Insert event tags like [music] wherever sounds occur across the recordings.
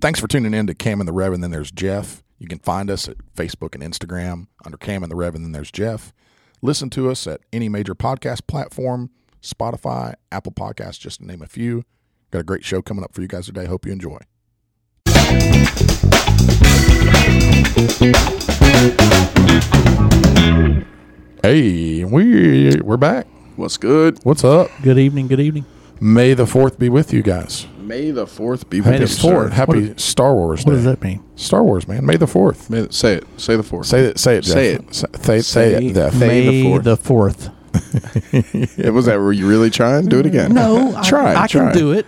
Thanks for tuning in to Cam and the Rev, and then there's Jeff. You can find us at Facebook and Instagram under Cam and the Rev, and then there's Jeff. Listen to us at any major podcast platform Spotify, Apple Podcasts, just to name a few. Got a great show coming up for you guys today. Hope you enjoy. Hey, we we're back. What's good? What's up? Good evening. Good evening. May the fourth be with you guys. May the fourth be May with the you, sir. 4th. Happy Star Wars Day. What does that mean? Star Wars, man. May the fourth. May the, say it. Say the fourth. Say it. Say it. Jeff. Say it. Say, say, say it. Jeff. May the May fourth. the fourth. It was that. Were you really trying? Do it again. [laughs] No, I, try. I try. can do it.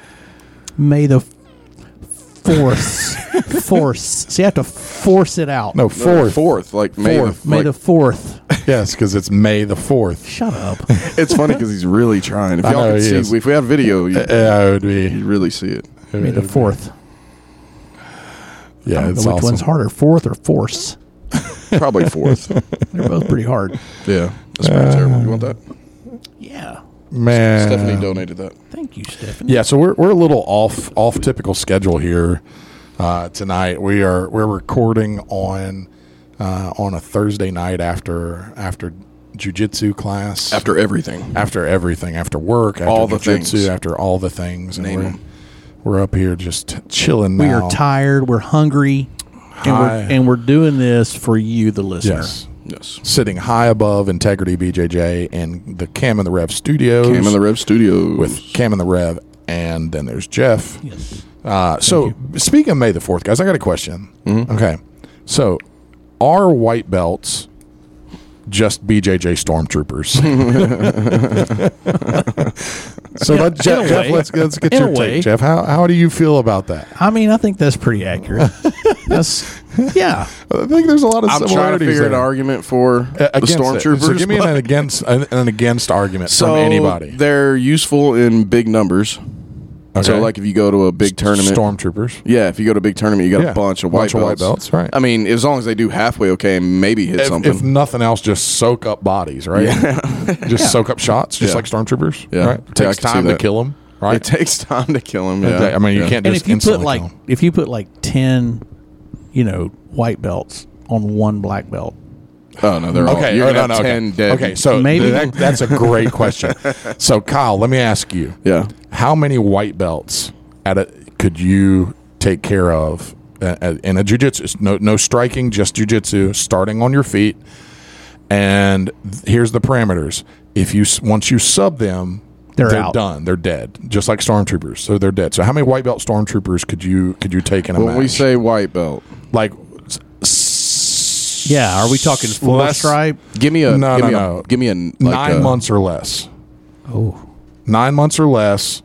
May the force, force. See, I have to force it out. No, No, fourth. Fourth. Like May. Fourth. The, May like, the fourth. [laughs] Yes, because it's May the fourth. Shut up. It's funny because he's really trying. If I y'all know can he see, is. Uh, if we had video, you, Yeah, it would be. you really see it. [laughs] May the fourth. I Yeah, don't know it's which awesome. one's harder, fourth or force. [laughs] Probably fourth. They're both [laughs] pretty hard. yeah, that's pretty terrible. You want that? Yeah. Man, Stephanie donated that. Thank you, Stephanie. Yeah, so we're we're a little off off typical schedule here uh, tonight. We are we're recording on uh, on a Thursday night after after jujitsu class After everything, after everything after work after All the jujitsu, things. after all the things and Name we're, 'em. we're up here just chilling. We now. are tired. We're hungry. And Hi. we're, and we're doing this for you, the listener. Yes. yes. Sitting high above Integrity BJJ and the Cam and the Rev studios. Cam in the Rev Studios. with Cam and the Rev, and then there's Jeff. Yes. Uh, so speaking of May the Fourth, guys, I got a question. Okay, so are white belts just BJJ [laughs] stormtroopers? so Yeah, let Jeff, in a Jeff, way. let's, let's get In your a take, way. Jeff. How, how do you feel about that? I mean, I think that's [laughs] pretty accurate. that's, yeah. I think there's a lot of I'm trying to similarities figure an there. argument for A- the against it. stormtroopers. So give me but- an against an, an against argument so from anybody. They're useful in big numbers. So, Okay. like if you go to a big tournament, stormtroopers. Yeah, if you go to a big tournament, you got Yeah, a bunch of white bunch of white belts. belts, right. I mean, as long as they do halfway okay and maybe hit If, something. if nothing else, just soak up bodies, right? [laughs] just soak up shots, just Yeah. like stormtroopers. Yeah. right? Yeah, I takes can see time to that. kill them, right? It takes time to kill him. That- Yeah. I mean, you Yeah. can't and just if you put instantly like kill 'em. if you put like 10 you know white belts on one black belt Oh no, they're Okay, All, you're oh, gonna no, no, have ten okay. dead. Okay, so Maybe. that- that's a great question. So, Kyle, let me ask you: yeah, How many white belts at a, could you take care of uh, uh, in a jujitsu? No, no striking, just jujitsu. Starting on your feet, and th- here's the parameters. If you s- once you sub them, They're out. done. They're dead, just like stormtroopers. So they're dead. So how many white belt stormtroopers could you could you take in a when we match? say white belt, like, s- yeah are we talking four less- stripe give me a No, give no, me a, no. give me a like uh, nine a- months or less. oh nine months or less,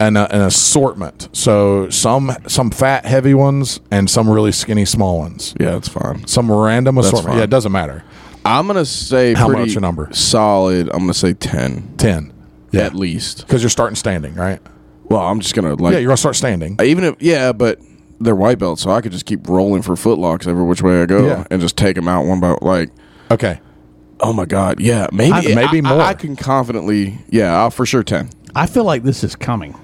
and a, an assortment. So some some fat heavy ones and some really skinny small ones. Yeah, that's fine. Some random assortment. fine. Yeah, it doesn't matter. I'm gonna say How pretty much a number? solid. I'm gonna say ten Ten. Yeah, at least. because you're starting standing, right? Well, I'm just gonna like Yeah, you're gonna start standing. even if yeah, but they're white belts, so I could just keep rolling for footlocks every which way I go Yeah. and just take them out one by like. Okay. Oh my God! Yeah, maybe I- maybe I- more. I, I can confidently, yeah, I'll for sure ten. i feel like this is coming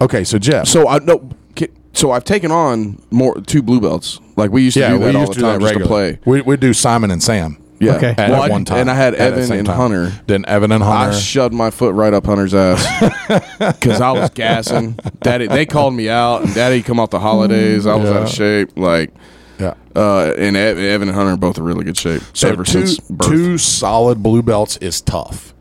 Okay. So Jeff. So I no, ki- so I've taken on more two blue belts. Like we used to yeah, do that we all used the to do time that just to regularly. play. We we do Simon and Sam. Yeah, Okay. At, Well, I- one time, and I had At that Evan same and time. Hunter. Ah, Then Evan and I Hunter. shoved my foot right up [laughs] Hunter's ass because I was gassing. Daddy, they called me out, and Daddy come off the holidays. I was Yeah. out of shape. Like, yeah. uh, and Ev- Evan and Hunter are both in really good shape. So ever two, since birth. two solid blue belts is tough.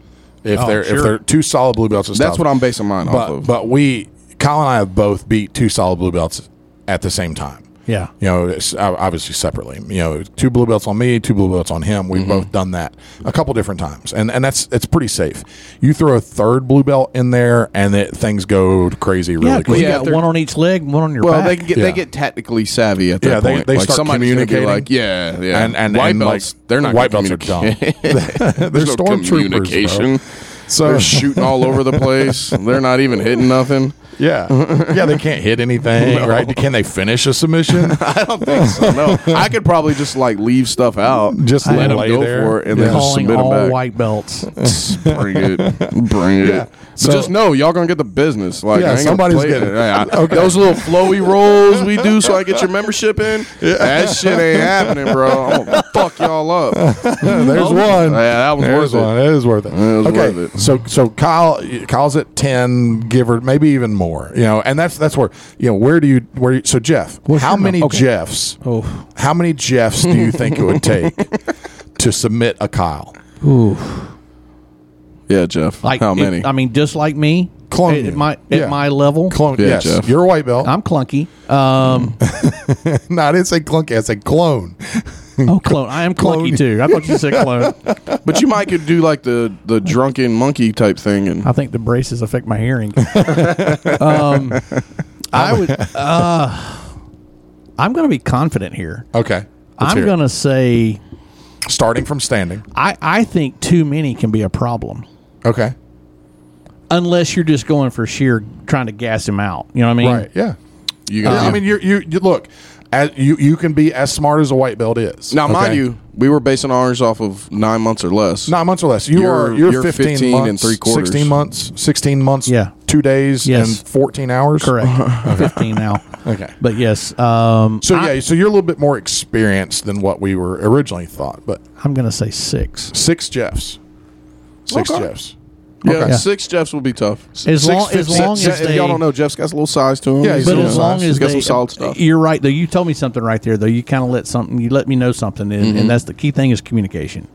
If Oh, they're sure. if they're two solid blue belts, is That's tough. what I'm basing mine off but of. but we Kyle and I have both beat two solid blue belts at the same time. yeah You know, it's uh, obviously separately. You know, two blue belts on me, two blue belts on him. Mm-hmm. We've both done that a couple different times, and and that's it's pretty safe. You throw a third blue belt in there, and it, things go crazy really yeah 'cause quick. you Yeah, got they're- one on each leg and one on your well, back they can get Yeah. they get tactically savvy at that Yeah, they- point. they like start somebody's gonna be communicating. Like, yeah, yeah, And and white and, like, belts, they're not white gonna belts are dumb. [laughs] communicate. they're no stormtroopers. bro. communication. So [laughs] They're shooting all over the place. They're not even hitting nothing. [laughs] Yeah, yeah, they can't hit anything, right? Can they finish a submission? [laughs] I don't think so. No, I could probably just like leave stuff out, Just let let them it lay go there. for it, and Yeah. then just calling submit them all back. white belts. [laughs] bring it, [laughs] bring it. But So- just know y'all gonna get the business. Like Yeah, I ain't gonna somebody's play getting it. it. Yeah, [laughs] I- Those little flowy rolls we do, so I get your membership in. That shit ain't happening, bro. I'm [laughs] gonna fuck y'all up. Yeah, [laughs] There's one. that was There's worth one. it. It is worth it. It was okay, worth it. so so Kyle Kyle's at ten, give or maybe even more. You know, and that's that's where you know where do you where? you- So Jeff, What's how your many number? Okay. Jeffs? Oh, How many Jeffs do you think it [laughs] would take to submit a Kyle? ooh. Yeah, Jeff. Like how it- many? I mean, just like me, Clone at, you. at my Yeah. at my level, Clone? Yeah, yes, Jeff. you're a white belt. I'm clunky. Um, [laughs] no, I didn't say clunky. I said clone. oh, clone. I am clunky too. I thought you said clone. but you might could do like the the drunken monkey type thing, and I think the braces affect my hearing. um, I would. Uh, I'm going to be confident here. Okay, let's hear I'm it. going to say starting from standing. I, I think too many can be a problem Okay, unless you're just going for sheer trying to gas him out. You know what I mean? right? Yeah. you Yeah, got. I mean, you you you look, as, you you can be as smart as a white belt is. now mind okay? you, we were basing ours off of nine months or less. nine months or less. You You're- are you're, you're 15, 15 months, and three quarters. sixteen months, sixteen months, Yeah. two days Yes. and fourteen hours. Correct. [laughs] 15 now. Okay. But yes, um, So yeah, so you're a little bit more experienced than what we were originally thought, but I'm going to say six. six Jeffs, six Okay. Jeffs. yeah, okay. six Jeffs will be tough. As long, fif- as, long Six- as they. y'all don't know, Jeff's got a little size to him. Yeah, he's He's But got a as some little long size. size. as He's got they, some solid stuff. you're right though. You told me something right there though. You kind of let something. You let me know something, and, Mm-hmm. and that's the key thing is communication.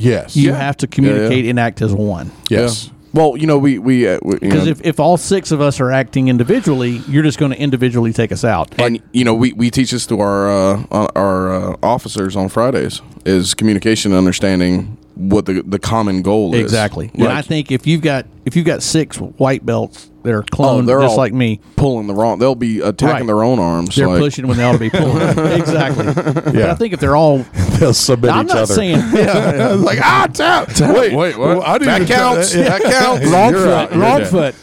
Yes, You Yeah. have to communicate and act as one. yes, Well, you know, we we uh, we- you Because know, if, if all six of us are acting individually, you're just going to individually take us out. and you know we, we teach this to our uh, uh, our uh, officers on Fridays is communication, and understanding what the the common goal is. exactly. Like, And I think if you've got if you've got six white belts that are oh, cloned they're just all like me, pulling the wrong. They'll be attacking Right. their own arms. they're like- pushing when they ought [laughs] to be pulling. exactly. But Yeah. I think if they're all, They'll submit I'm each not other. [laughs] saying [laughs] like ah tap, wait Wait, what? well, I didn't That even- counts. That counts. You're [laughs] wrong out. foot, You're wrong dead. foot.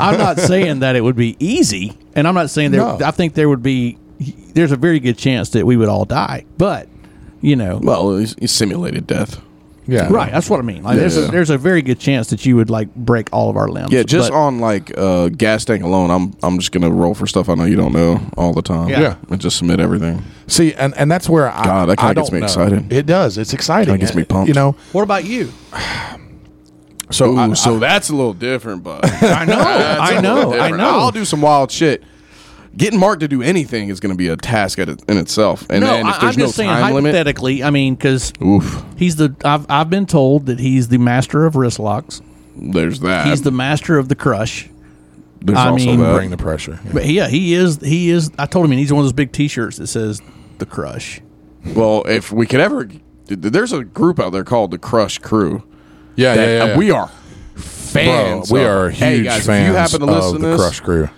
I'm [laughs] not saying that it would be easy, and I'm not saying there. No. I think there would be. There's a very good chance that we would all die, but you know, Well, it's, it's simulated death. Yeah, right? That's what I mean. Like, there's a, Yeah. there's a very good chance that you would like break all of our limbs. Yeah, just but- on like uh, gas tank alone, I'm I'm just gonna roll for stuff I know you don't know all the time. Yeah. Yeah. and just submit everything. See, and, and that's where I God, that kinda I don't gets me know. excited. It does. It's exciting. Kinda gets me pumped. You know. What about you? So Ooh, I- so that's a little [laughs] different, but I know, I know, I know. I'll do some wild shit. Getting Mark to do anything is going to be a task at it- in itself. And no, then if I, am there's just no saying time limit, hypothetically. I mean, because oof, he's the I've I've been told that he's the master of wrist locks. there's that. He's the master of the crush. there's I also mean- that. bring the pressure. But yeah, he is. He is. I told him, and he's one of those big T-shirts that says the crush. well, if we could ever, there's a group out there called the Crush Crew. Yeah, that- yeah, yeah, yeah. We are Bro, fans. we of. are huge hey guys, fans if you happen to listen of to the this, Crush Crew.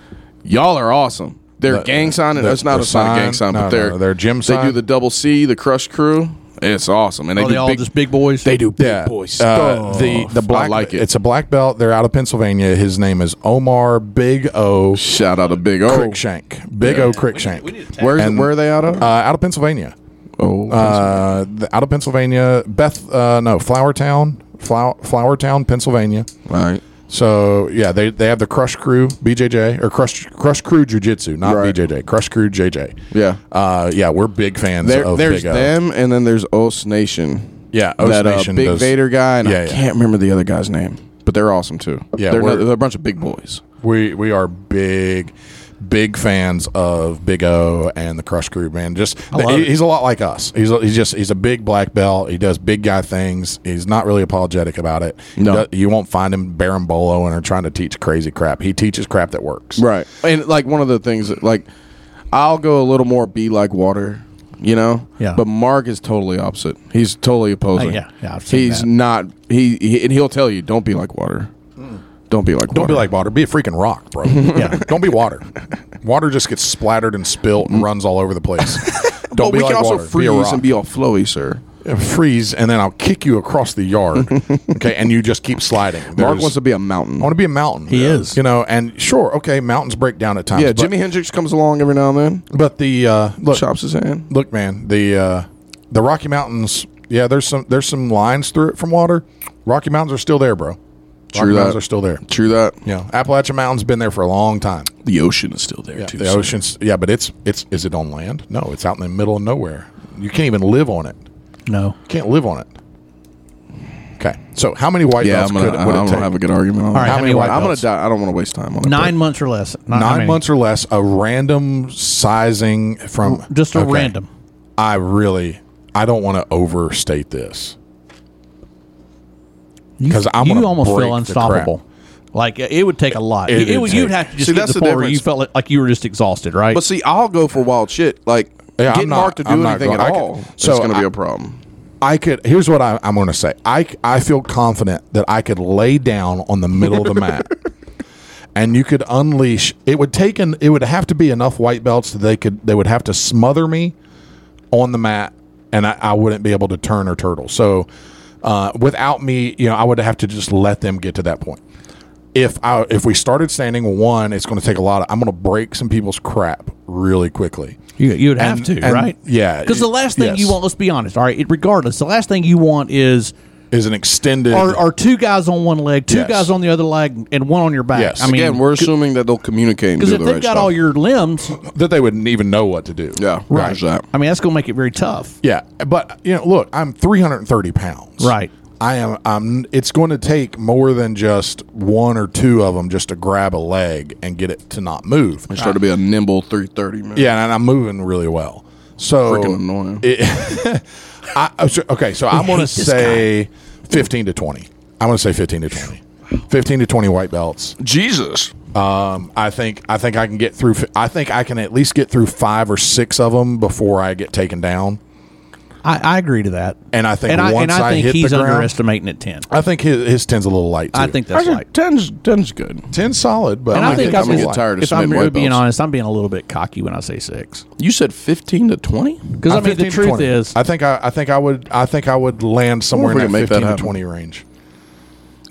Y'all are awesome. They're gang signing. the- That's not the a sign, sign- gang sign, no, but they're no, they're gym They do sign. Oh, the double C, the Crush Crew. It's awesome, and they Are do they all big, just big boys? They do big Yeah, boy uh, stuff. the the black I like it. It's a black belt. They're out of Pennsylvania. His name is Omar Big O Shout out to Big O. Crickshank. Big O Crickshank. Where's And- where are they out of? uh, out of Pennsylvania. oh, Uh, the, out of Pennsylvania, Beth. Uh, no, Flowertown, Flower, Flowertown, Pennsylvania. all right. So yeah, they, they have the Crush Crew BJJ or Crush Crush Crew Jiu Jitsu, not Right. BJJ. Crush Crew JJ. Yeah. Uh, yeah, we're big fans There, of there's oh, Big O. them, and then there's Os Nation. Yeah, Os that Nation uh, Big does- Vader guy, and Yeah, I yeah. can't remember the other guy's name, but they're awesome too. Yeah, they're, we're- no- they're a bunch of big boys. We we are big, big fans of Big O and the Crush Crew. Man, just love he- it. he's a lot like us. He's a- he's just he's a big black belt. He does big guy things. He's not really apologetic about it. He No. do- you won't find him barambolo and are trying to teach crazy crap. He teaches crap that works. Right. And like one of the things that like I'll go a little more be like water, you know? Yeah. But Mark is totally opposite. He's totally opposing. Oh, yeah. Yeah, I've seen He's that. not he, he and he'll tell you, don't be like water. Don't be like water. Hmm. Don't be like water. Be a freaking rock, [laughs] bro. yeah. [laughs] Don't be water. Water just [laughs] gets splattered and spilt and runs all over the place. Don't Well, be Oh, we like can also water. freeze be a rock. and be all flowy, sir. freeze, and then I'll kick you across the yard. [laughs] okay, and you just keep sliding. Mark There's- wants to be a mountain. I want to be a mountain. He is. you know, and sure, okay, mountains break down at times. yeah, but- Jimi Hendrix comes along every now and then, But the uh, look, chops his hand. look, man, the uh, the Rocky Mountains. Yeah, there's some there's some lines through it from water. Rocky Mountains are still there, bro. Rocky that. Mountains are still there. True that. Yeah, Appalachian Mountains been there for a long time. The ocean is still there Yeah, the oceans. Yeah, but it's it's is it on land? No, it's out in the middle of nowhere. You can't even live on it. No. You can't live on it. Okay, so how many white Yeah, belts I'm gonna, could I, would it I don't take? have a good argument on. All right, that. how many white I'm gonna belts? die. I don't want to waste time on it. Nine months or less. Not how Nine many. months or less, a random sizing from Just a Okay. random. I really, I don't want to overstate this. You- 'Cause I'm you gonna almost break feel the crap. unstoppable. Like it would take a lot. It- It, it would, take- you'd have to just See, get that's to the the point where you difference. felt like, like you were just exhausted, right? But see, I'll go for wild shit. Like Yeah, get I'm not- Mark to do I'm not anything going- at I can- all. It's so gonna I- be a problem. I could. Here's what I, I'm going to say. I I feel confident that I could lay down on the middle of the mat, and you could unleash. It would take an. It would have to be enough white belts that they could. They would have to smother me on the mat, and I, I wouldn't be able to turn or turtle. So, uh, without me, you know, I would have to just let them get to that point. If I if we started standing one, it's going to take a lot. Of, I'm going to break some people's crap really quickly. You, you would have And- to, and- right? yeah, Because the last thing you yes. want, let's be honest, all right, it, regardless, the last thing you want is Is an extended. are, are two guys on one leg, two Yes. guys on the other leg, and one on your back. Yes. I mean, Again, we're assuming that they'll communicate and do because the if they've right got stuff. all your limbs, that they wouldn't even know what to do. yeah, Right. Roger that. I mean, that's going to make it very tough. Yeah, but you know, look, I'm 330 pounds. Right. I am. I'm. It's going to take more than just one or two of them just to grab a leg and get it to not move. I started to be a nimble 330 man. Yeah, and I'm moving really well. So Freaking annoying. it- I, I was- okay, so I'm going to hate [laughs] this say 15 to 20. I'm going to say 15 to 20. 15 to 20 white belts. Jesus. Um, I think I think I can get through. I think I can at least get through five or six of them before I get taken down. I, I agree to that. And I think and I, once and I, I, think hit he's the ground, underestimating at 10. I think his, his ten's a little light. Too. I think that's right. 10's, 10's good. 10's solid, but And I might think get I'm to gonna a get light. tired of If I'm submitting really white being belts. honest, I'm being a little bit cocky when I say six. You said 15 to 20? Because, I mean, 15 the to truth 20. is, I think I, I think I would I think I would land somewhere in we that can make that fifteen to happen. twenty range.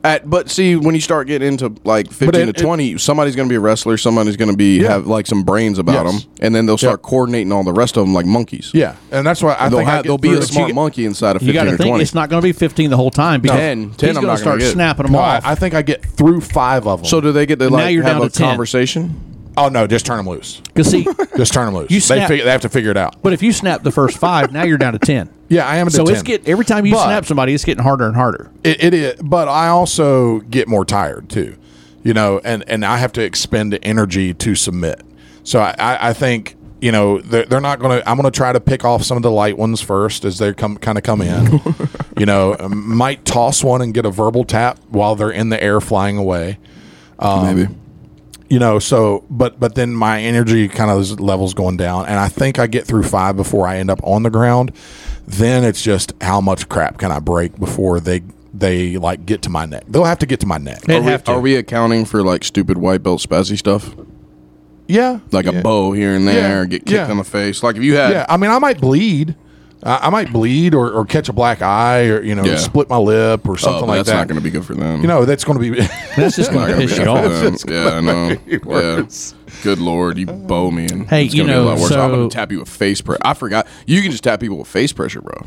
At, but see, when you start getting into like 15 it- to 20, somebody's going to be a wrestler. Somebody's going to be have like some brains about Yes. them. And then they'll start Yep. coordinating all the rest of them like monkeys. Yeah, and that's why I They'll, think I have, get they'll be through- a smart monkey inside of you 15 got to or think 20. it's not going to be 15 the whole time. Because 10, 10 he's I'm gonna not gonna start get. snapping them No, I, off. I think I get through five of them. so do they get to Now like you're have down a to 10. conversation? oh no, just turn them loose. Because, see, Just turn them loose. You they snap- figure, they have to figure it out. but if you snap the first five, now you're down to 10. Yeah, I am. at a So it's 10. get every time you But- snap somebody, it's getting harder and harder. It, it is, but I also get more tired too, you know, and and I have to expend energy to submit. So I, I, I think you know they're, they're not going to. I'm going to try to pick off some of the light ones first as they come kind of come in. you know, might toss one and get a verbal tap while they're in the air flying away. Um, Maybe. You know, so but but then my energy kind of levels going down, and I think I get through five before I end up on the ground. Then it's just how much crap can I break before they they like get to my neck? They'll have to get to my neck. They'd Are we, have to. are we accounting for like stupid white belt spazzy stuff? Yeah, Like a bow here and there, get kicked Yeah. in the face. Like if you had yeah. I mean, I might bleed. I I might bleed or, or catch a black eye or you know Yeah. split my lip or Oh, something like that's that. not going to be good for them. you know, that's going to be. [laughs] That's just Not gonna be going to piss good you for off. them. Yeah, I know. Yeah. Good lord, you bow me. And Hey, it's you gonna be know, a lot worse. I'm so- gonna tap you with face pressure. I forgot. You can just tap people with face pressure, bro.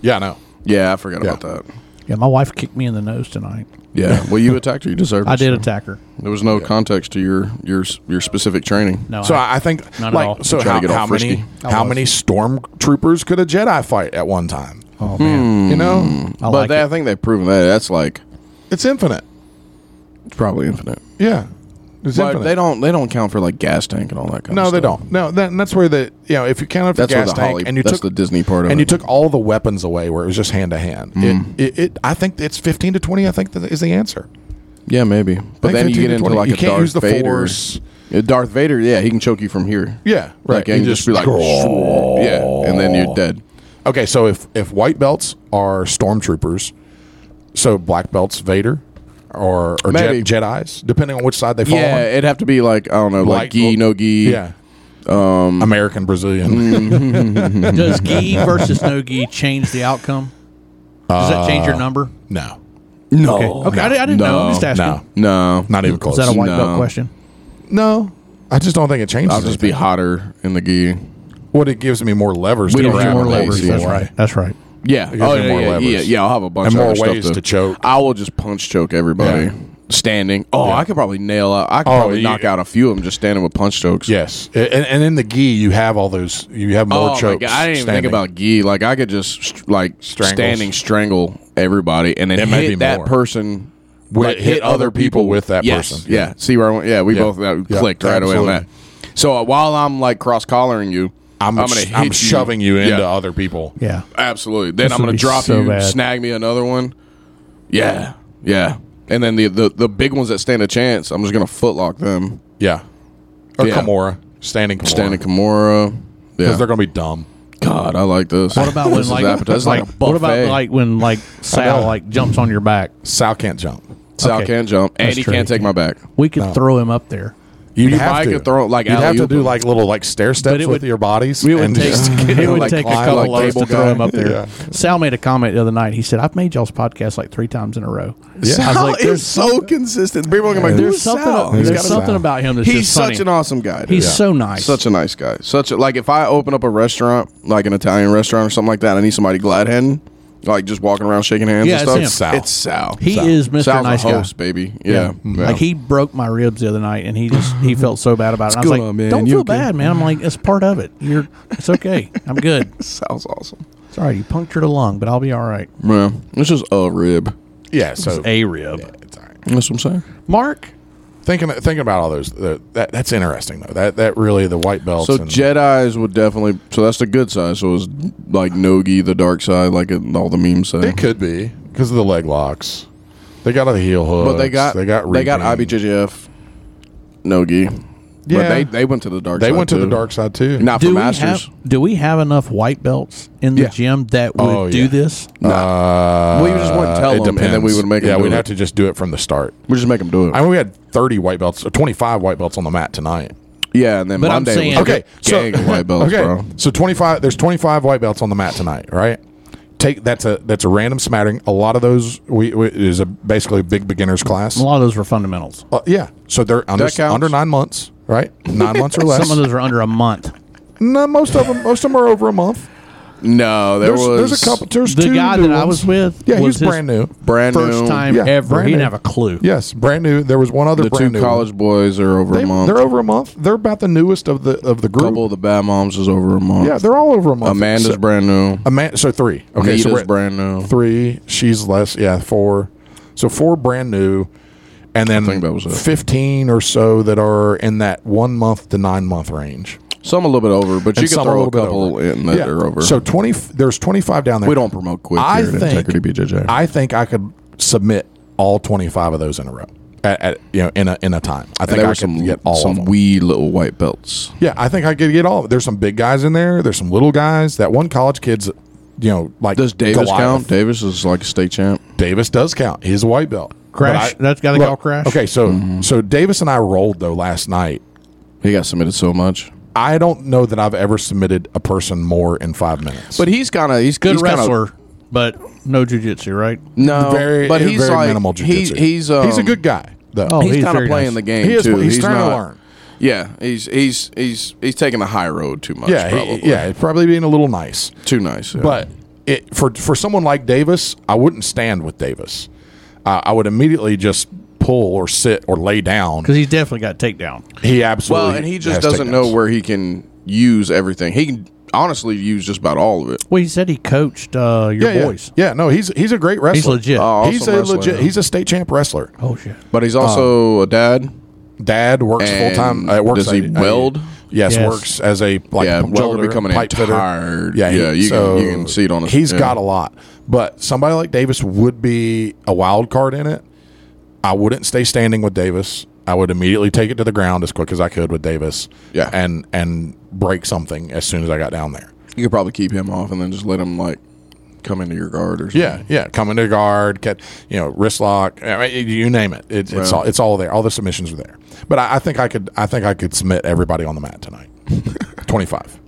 yeah, I know. Yeah, I forgot Yeah. about that. Yeah, my wife kicked me in the nose tonight. Yeah. well, you attacked her. You [laughs] deserved. I it, did sir. attack her. There was no context to your your your specific training. No, So I, I, I think Not at all. like so I'm trying how, to get all how many frisky. I how was. many stormtroopers could a Jedi fight at one time? oh man, You know, I but like they, it. I think they've proven that. That's like it's infinite. it's probably infinite. Yeah, it's But infinite. they don't they don't count for like gas tank and all that kind. no, of they stuff. don't. No, that, and that's where the you know if you count up the That's where gas the tank Holly. and you that's took the Disney part of and it. you took all the weapons away where it was just hand to hand. Mm. It, it, it I think it's fifteen to twenty. I think that is the answer. yeah, maybe. But I think then you 15 get to into 20. like You a can't Darth use the Vader. Force. Yeah, Darth Vader, yeah, he can choke you from here. Yeah, right. Like, and You you just, just be like, "Sword," yeah, and then you're dead. Okay, so if if white belts are stormtroopers, so black belts Vader or, or Maybe. Je- Jedi's, depending on which side they fall Yeah, on. it'd have to be like I don't know, like Light- gi no gi. Yeah. Um, American mm. Brazilian. Does gi versus no gi change the outcome? Does that change your number? no, No. Okay, okay. I, di- I didn't know. I'm just asking. no, No. not even close. Is that a white belt No. question? no, I just don't think it changes. I'll just be anything. hotter in the gi. What it gives me more levers. We to don't grab have more and hold levers, you, that's right? That's right. Yeah. gives Oh, you yeah, more yeah, levers. yeah, yeah. I'll have a bunch And of more other ways stuff to choke. I will just punch choke everybody. Yeah. Standing. Oh, I could probably nail out. I could Oh, probably you- knock out a few of them just standing with punch chokes. Yes, A- and, and in the gi you have all those. You have more oh my chokes. God. I didn't even think standing. about gi. Like I could just str- like Strangles. standing strangle everybody and then It may be hit that more. person. With- like, hit other people with that person. Yeah. See where I went? Yeah, we Yeah. both that Yeah, clicked right away on absolutely. that. So uh, while I'm like cross collaring you, I'm, I'm sh- gonna hit I'm you. shoving you into Yeah. other people. Yeah. Absolutely. Then This I'm would gonna be drop so you, bad. snag me another one. Yeah, yeah. And then the, the the big ones that stand a chance, I'm just gonna footlock them. Yeah. Or Yeah. Kimura. Standing Kimura. Standing Kimura. Yeah. Because they're going to be dumb. God, I like this. What about when This is like, appetizing. It's like, a buffet. what about like when like Sal like jumps on your back? Sal can't jump. Sal okay. can jump and That's he true. can't take my back. We could throw him up there. You'd You might could throw, like, You'd have to alley-oop do them. like little like stair steps it with would- your bodies. It would and [laughs] take, just- it would like, take a climb couple like loads to cable throw guy. him up there. Yeah. Sal made a comment the other night. He said, "I've made y'all's podcast like three times in a row." I was [laughs] Sal like, is "There's, so consistent. People are gonna be like, there's "There's something. Sal." He's There's got a something Sal. about him that's He's just such funny. an awesome guy. dude. He's so nice. Such a nice guy. Such a like if I open up a restaurant, like an Italian restaurant or something like that, I need somebody glad handing, like just walking around shaking hands Yeah, and it's Sal. stuff. him. It's Sal. He Sal. is Mr. Sal's Nice a Guy. host, baby. Yeah. yeah. Like he broke my ribs the other night, and he just he felt so bad about it. I was going like, on, man? "Don't You feel okay?" bad, man." I'm like, "It's part of it. You're it's okay. I'm good. [laughs] Sal's awesome. Sorry, you punctured a lung, but I'll be all right." Yeah. It's just a rib. [laughs] Yeah, [laughs] so A rib, it's all right. That's what I'm saying. Mark. thinking thinking about all those the, that that's interesting though. That that really the white belts. So and, Jedi's would definitely so that's the good side. So it's like Nogi, the dark side, like it- all the memes say. it could be because of the leg locks. They got the heel hook. But they got they got they got reaping. IBJJF, Nogi. But Yeah. they, they went to the dark They side. went to too. the dark side too. Not for Do we, masters. have, do we have enough white belts in the Yeah. gym that would Oh, do yeah. this? Uh, Well, you just wouldn't tell it them, and then depends. we would make them Yeah, do we'd it. have to just do it from the start. we just make them do it. I mean, we had 30 white belts, or 25 white belts on the mat tonight. yeah, and then But I'm Monday saying- was Okay, a gang so of [laughs] white [laughs] belts, okay, bro. so 25. There's 25 white belts on the mat tonight, right? Take that's a that's a random smattering. A lot of those we, we is a basically a big beginners class. A lot of those were fundamentals. Uh, yeah, so they're under, counts. under nine months, right? [laughs] Nine months or less. Some of those are under a month. no, most of them most of them are over a month. No, there There's was there's a couple. There's The two guy new that I ones. was with, Yeah, was he's his brand new. brand First new. time Yeah, ever. brand He didn't new. have a clue. Yes, brand new. There was one other The two brand new one. college boys are over They, a month. are over a month. They're about the newest of the of the group. Couple of the bad moms is over a month. Yeah, they're all over a month. Amanda's so, brand new. Ama- so three. Okay, Nita's so we're at brand new. three. She's less. Yeah, four. So four brand new, and then think that was it. fifteen or so that are in that one month to nine month range. Some a little bit over, but And you can some a throw a little bit couple over. in that are over. So twenty. There's twenty five down there. we don't promote quick I here at think- Integrity BJJ. I think I could submit all twenty five of those in a row. At, at you know in a in a time. I think there I were could some get all some of them. wee little white belts. Yeah, I think I could get all. There's some big guys in there. There's some little guys. That one college kid's, you know, like Does Davis Goliath. count? Davis is like a state champ. Davis does count. He's a white belt. Crash- But that's gotta look, go Crash. Okay, so Mm-hmm. so Davis and I rolled though last night. He got submitted so much, I don't know that I've ever submitted a person more in five minutes. but he's kind of he's Good he's kinda- wrestler, but no jujitsu, right? no, very, uh, but he's very like minimal jiu-jitsu. He, he's um, he's a good guy though. Oh, He's, he's kind of very playing nice. the game He is- too. he's trying to learn. Yeah, he's he's he's he's taking the high road too much. yeah, probably. he, yeah, it's probably being a little nice. too nice. yeah. But it, for for someone like Davis, I wouldn't stand with Davis. Uh, I would immediately just pull or sit or lay down. Because he's definitely got takedown. He absolutely well, and he just has doesn't know takedowns. where he can use everything. He can honestly use just about all of it. Well, he said he coached uh, your Yeah, yeah, boys. yeah. No, he's he's a great wrestler. He's legit. Oh. he's Awesome a wrestler, legit. yeah. He's a state champ wrestler. oh shit! But he's Um, also a dad. Dad works full And time. Uh, works does he at- weld? yes, Yes. works as a like Yeah, welder welder, becoming pipe fitter. tired. Yeah, he- Yeah, you can- so you can see it on his- He's yeah. got a lot, but somebody like Davis would be a wild card in it. I wouldn't stay standing with Davis. I would immediately take it to the ground as quick as I could with Davis. Yeah. and and break something as soon as I got down there. You could probably keep him off and then just let him like come into your guard or something. Yeah, yeah. Coming to guard, cat, you know, wrist lock. I mean, you name it. [laughs] it it's all it's all there. All the submissions are there. But I, I think I could I think I could submit everybody on the mat tonight. 25.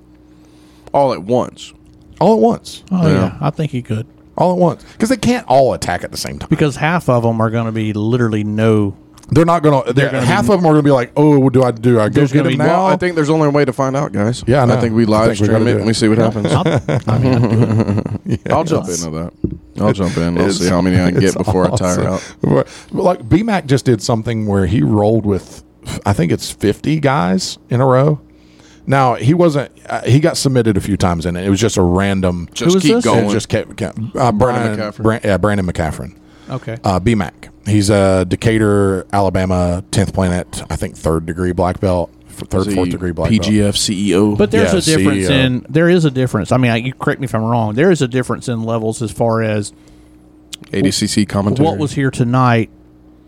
all at once. All at once. Oh yeah. Yeah. I think he could All at once. Because they can't all attack at the same time. because half of them are going to be literally no. They're not going to. They're gonna half of them are going to be like, "Oh, what do I do? I go There's get gonna him be- now." Well, I think there's only a way to find out, guys. Yeah, I know. I think we I live think we stream gotta it do and it. we see what happens. I'll, I mean, I'd do [laughs] it. I'll jump into that. I'll jump in. I'll It's- see how many I can it's get before I awesome. tire out. But, but like BMAC just did something where he rolled with, I think it's fifty guys in a row. Now he wasn't. Uh, he got submitted a few times in it. It was just a random. Just is keep this? and going. it just kept, kept uh, Brian, McCaffrey. Bran- yeah, Brandon McCaffrey. Okay. Uh, BMAC. He's a Decatur, Alabama, tenth planet. I think third degree black belt, f- third The fourth degree black belt. PGF CEO. But there's Yeah, a difference CEO. in there is a difference. I mean, I, you correct me if I'm wrong. There is a difference in levels as far as ADCC commentary. what was here tonight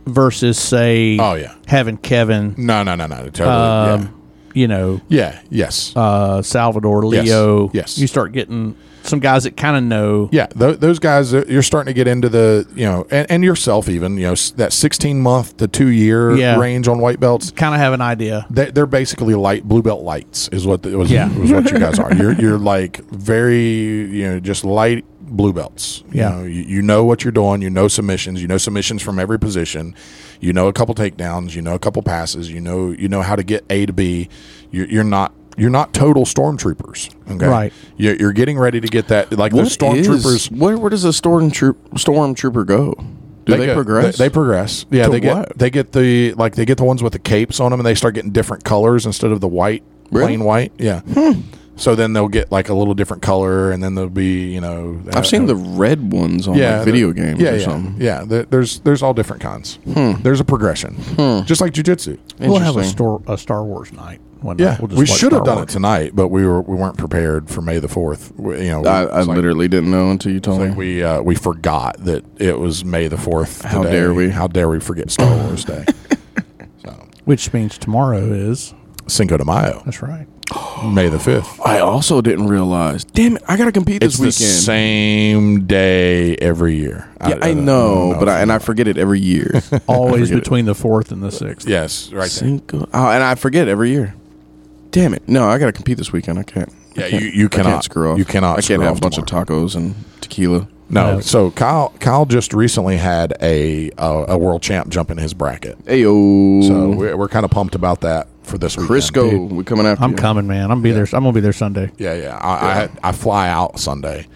versus say Oh, yeah. having Kevin, No, no, no, no. Totally. um, you know, yeah. yeah. Yes. uh, Salvador, Yes, Leo. yes. You start getting some guys that kind of know. Yeah, th- those guys, uh, you're starting to get into the, you know, and, and yourself even, you know, s- that 16 month to two year Yeah. range on white belts. Kind of have an idea. They, they're basically light blue belt lights is what the, was, Yeah. was what you guys are. You're you're like very, you know, just light blue belts. Yeah. you know, you, you know what you're doing. You know submissions. You know submissions from every position. You know a couple takedowns. You know a couple passes. You know you know how to get A to B. You're, you're not. You're not total stormtroopers, okay? Right. You're, you're getting ready to get that, like What those stormtroopers. is- where, where does a stormtroop, stormtrooper go? Do they, go- progress? They, they progress. Yeah, To they get what? they get the like they get the ones with the capes on them, and they start getting different colors instead of the white, Really? Hmm. plain white. Yeah. So then they'll get like a little different color, and then they'll be you know. I've seen the red ones on like video games yeah, or yeah, something. Hmm. Yeah, there- there's there's all different kinds. There's a progression, just like jujitsu. We'll have a, Interesting. stor- a Star Wars night. One Yeah, night. We'll just we watch should have Star done it Wars. tonight, but we were we weren't prepared for May the fourth. You know, I, I it's like- literally didn't know until you told me. we uh, we forgot that it was May the fourth. How dare we. How dare we forget Star Wars [laughs] Day? so Which means tomorrow is. Cinco de Mayo, That's right. May the fifth. I also didn't realize. Damn it! I gotta compete It's Oh, this the weekend. same day every year. yeah, I, don't know, but I, if- and I forget it every year. [laughs] Always between the fourth and the sixth. yes, right. There. Cinco, oh, and I forget every year. Damn it! No, I gotta compete this weekend. I can't. I Yeah, can't- you- you I can't cannot- screw off. you cannot I can't screw have off a bunch of tacos and tequila. No, No. so Kyle Kyle just recently had a uh, a world champ jump in his bracket, Ayo, so we're, we're kind of pumped about that for this weekend. Crisco, we coming after I'm you. coming, man. I'm be there. I'm gonna be there Sunday. Yeah, yeah. I, I I fly out Sunday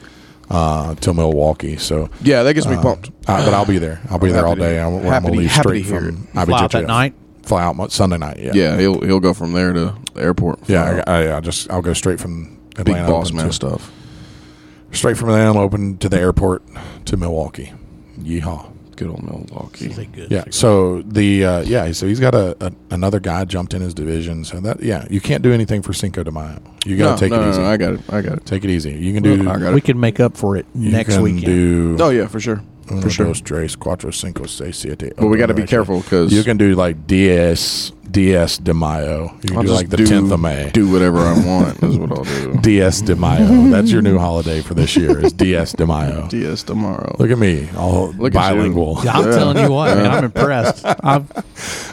uh, to Milwaukee, so Yeah, that gets me pumped. Uh, but I'll be there. I'll be there all Happy to- day. I'm, I'm happy gonna to- leave happy straight to hear from Fly out IBJJF. that night? Fly out Mo- Sunday night. Yeah. Yeah, he'll he'll go from there to the airport. Yeah. I, I, I just I'll go straight from big Atlanta boss Open man to- stuff. straight from Atlanta Open to the airport to Milwaukee. Yeehaw. Good old Milwaukee. Is it good? Yeah. So the uh, yeah. So he's got a, a another guy jumped in his division. So that yeah, you can't do anything for Cinco de Mayo. You got to No, take no, it no, easy. no, I got it. I got it. take it easy. You can do. I got it. We can make up for it you next can weekend. Do Oh yeah, for sure, uno, for sure. dos, tres, cuatro, cinco, seis, siete. But we got to be ocho, nueve, careful because You can do like DS DS de Mayo. You can I'll do just like the do- tenth of May. do whatever I want. is what [laughs] I'll do. DS de [laughs] Mayo. That's your new holiday for this year. Is DS de Mayo. DS tomorrow. Look at me, all Look at you. bilingual. Yeah, I'm telling you what, man, I'm impressed. I've,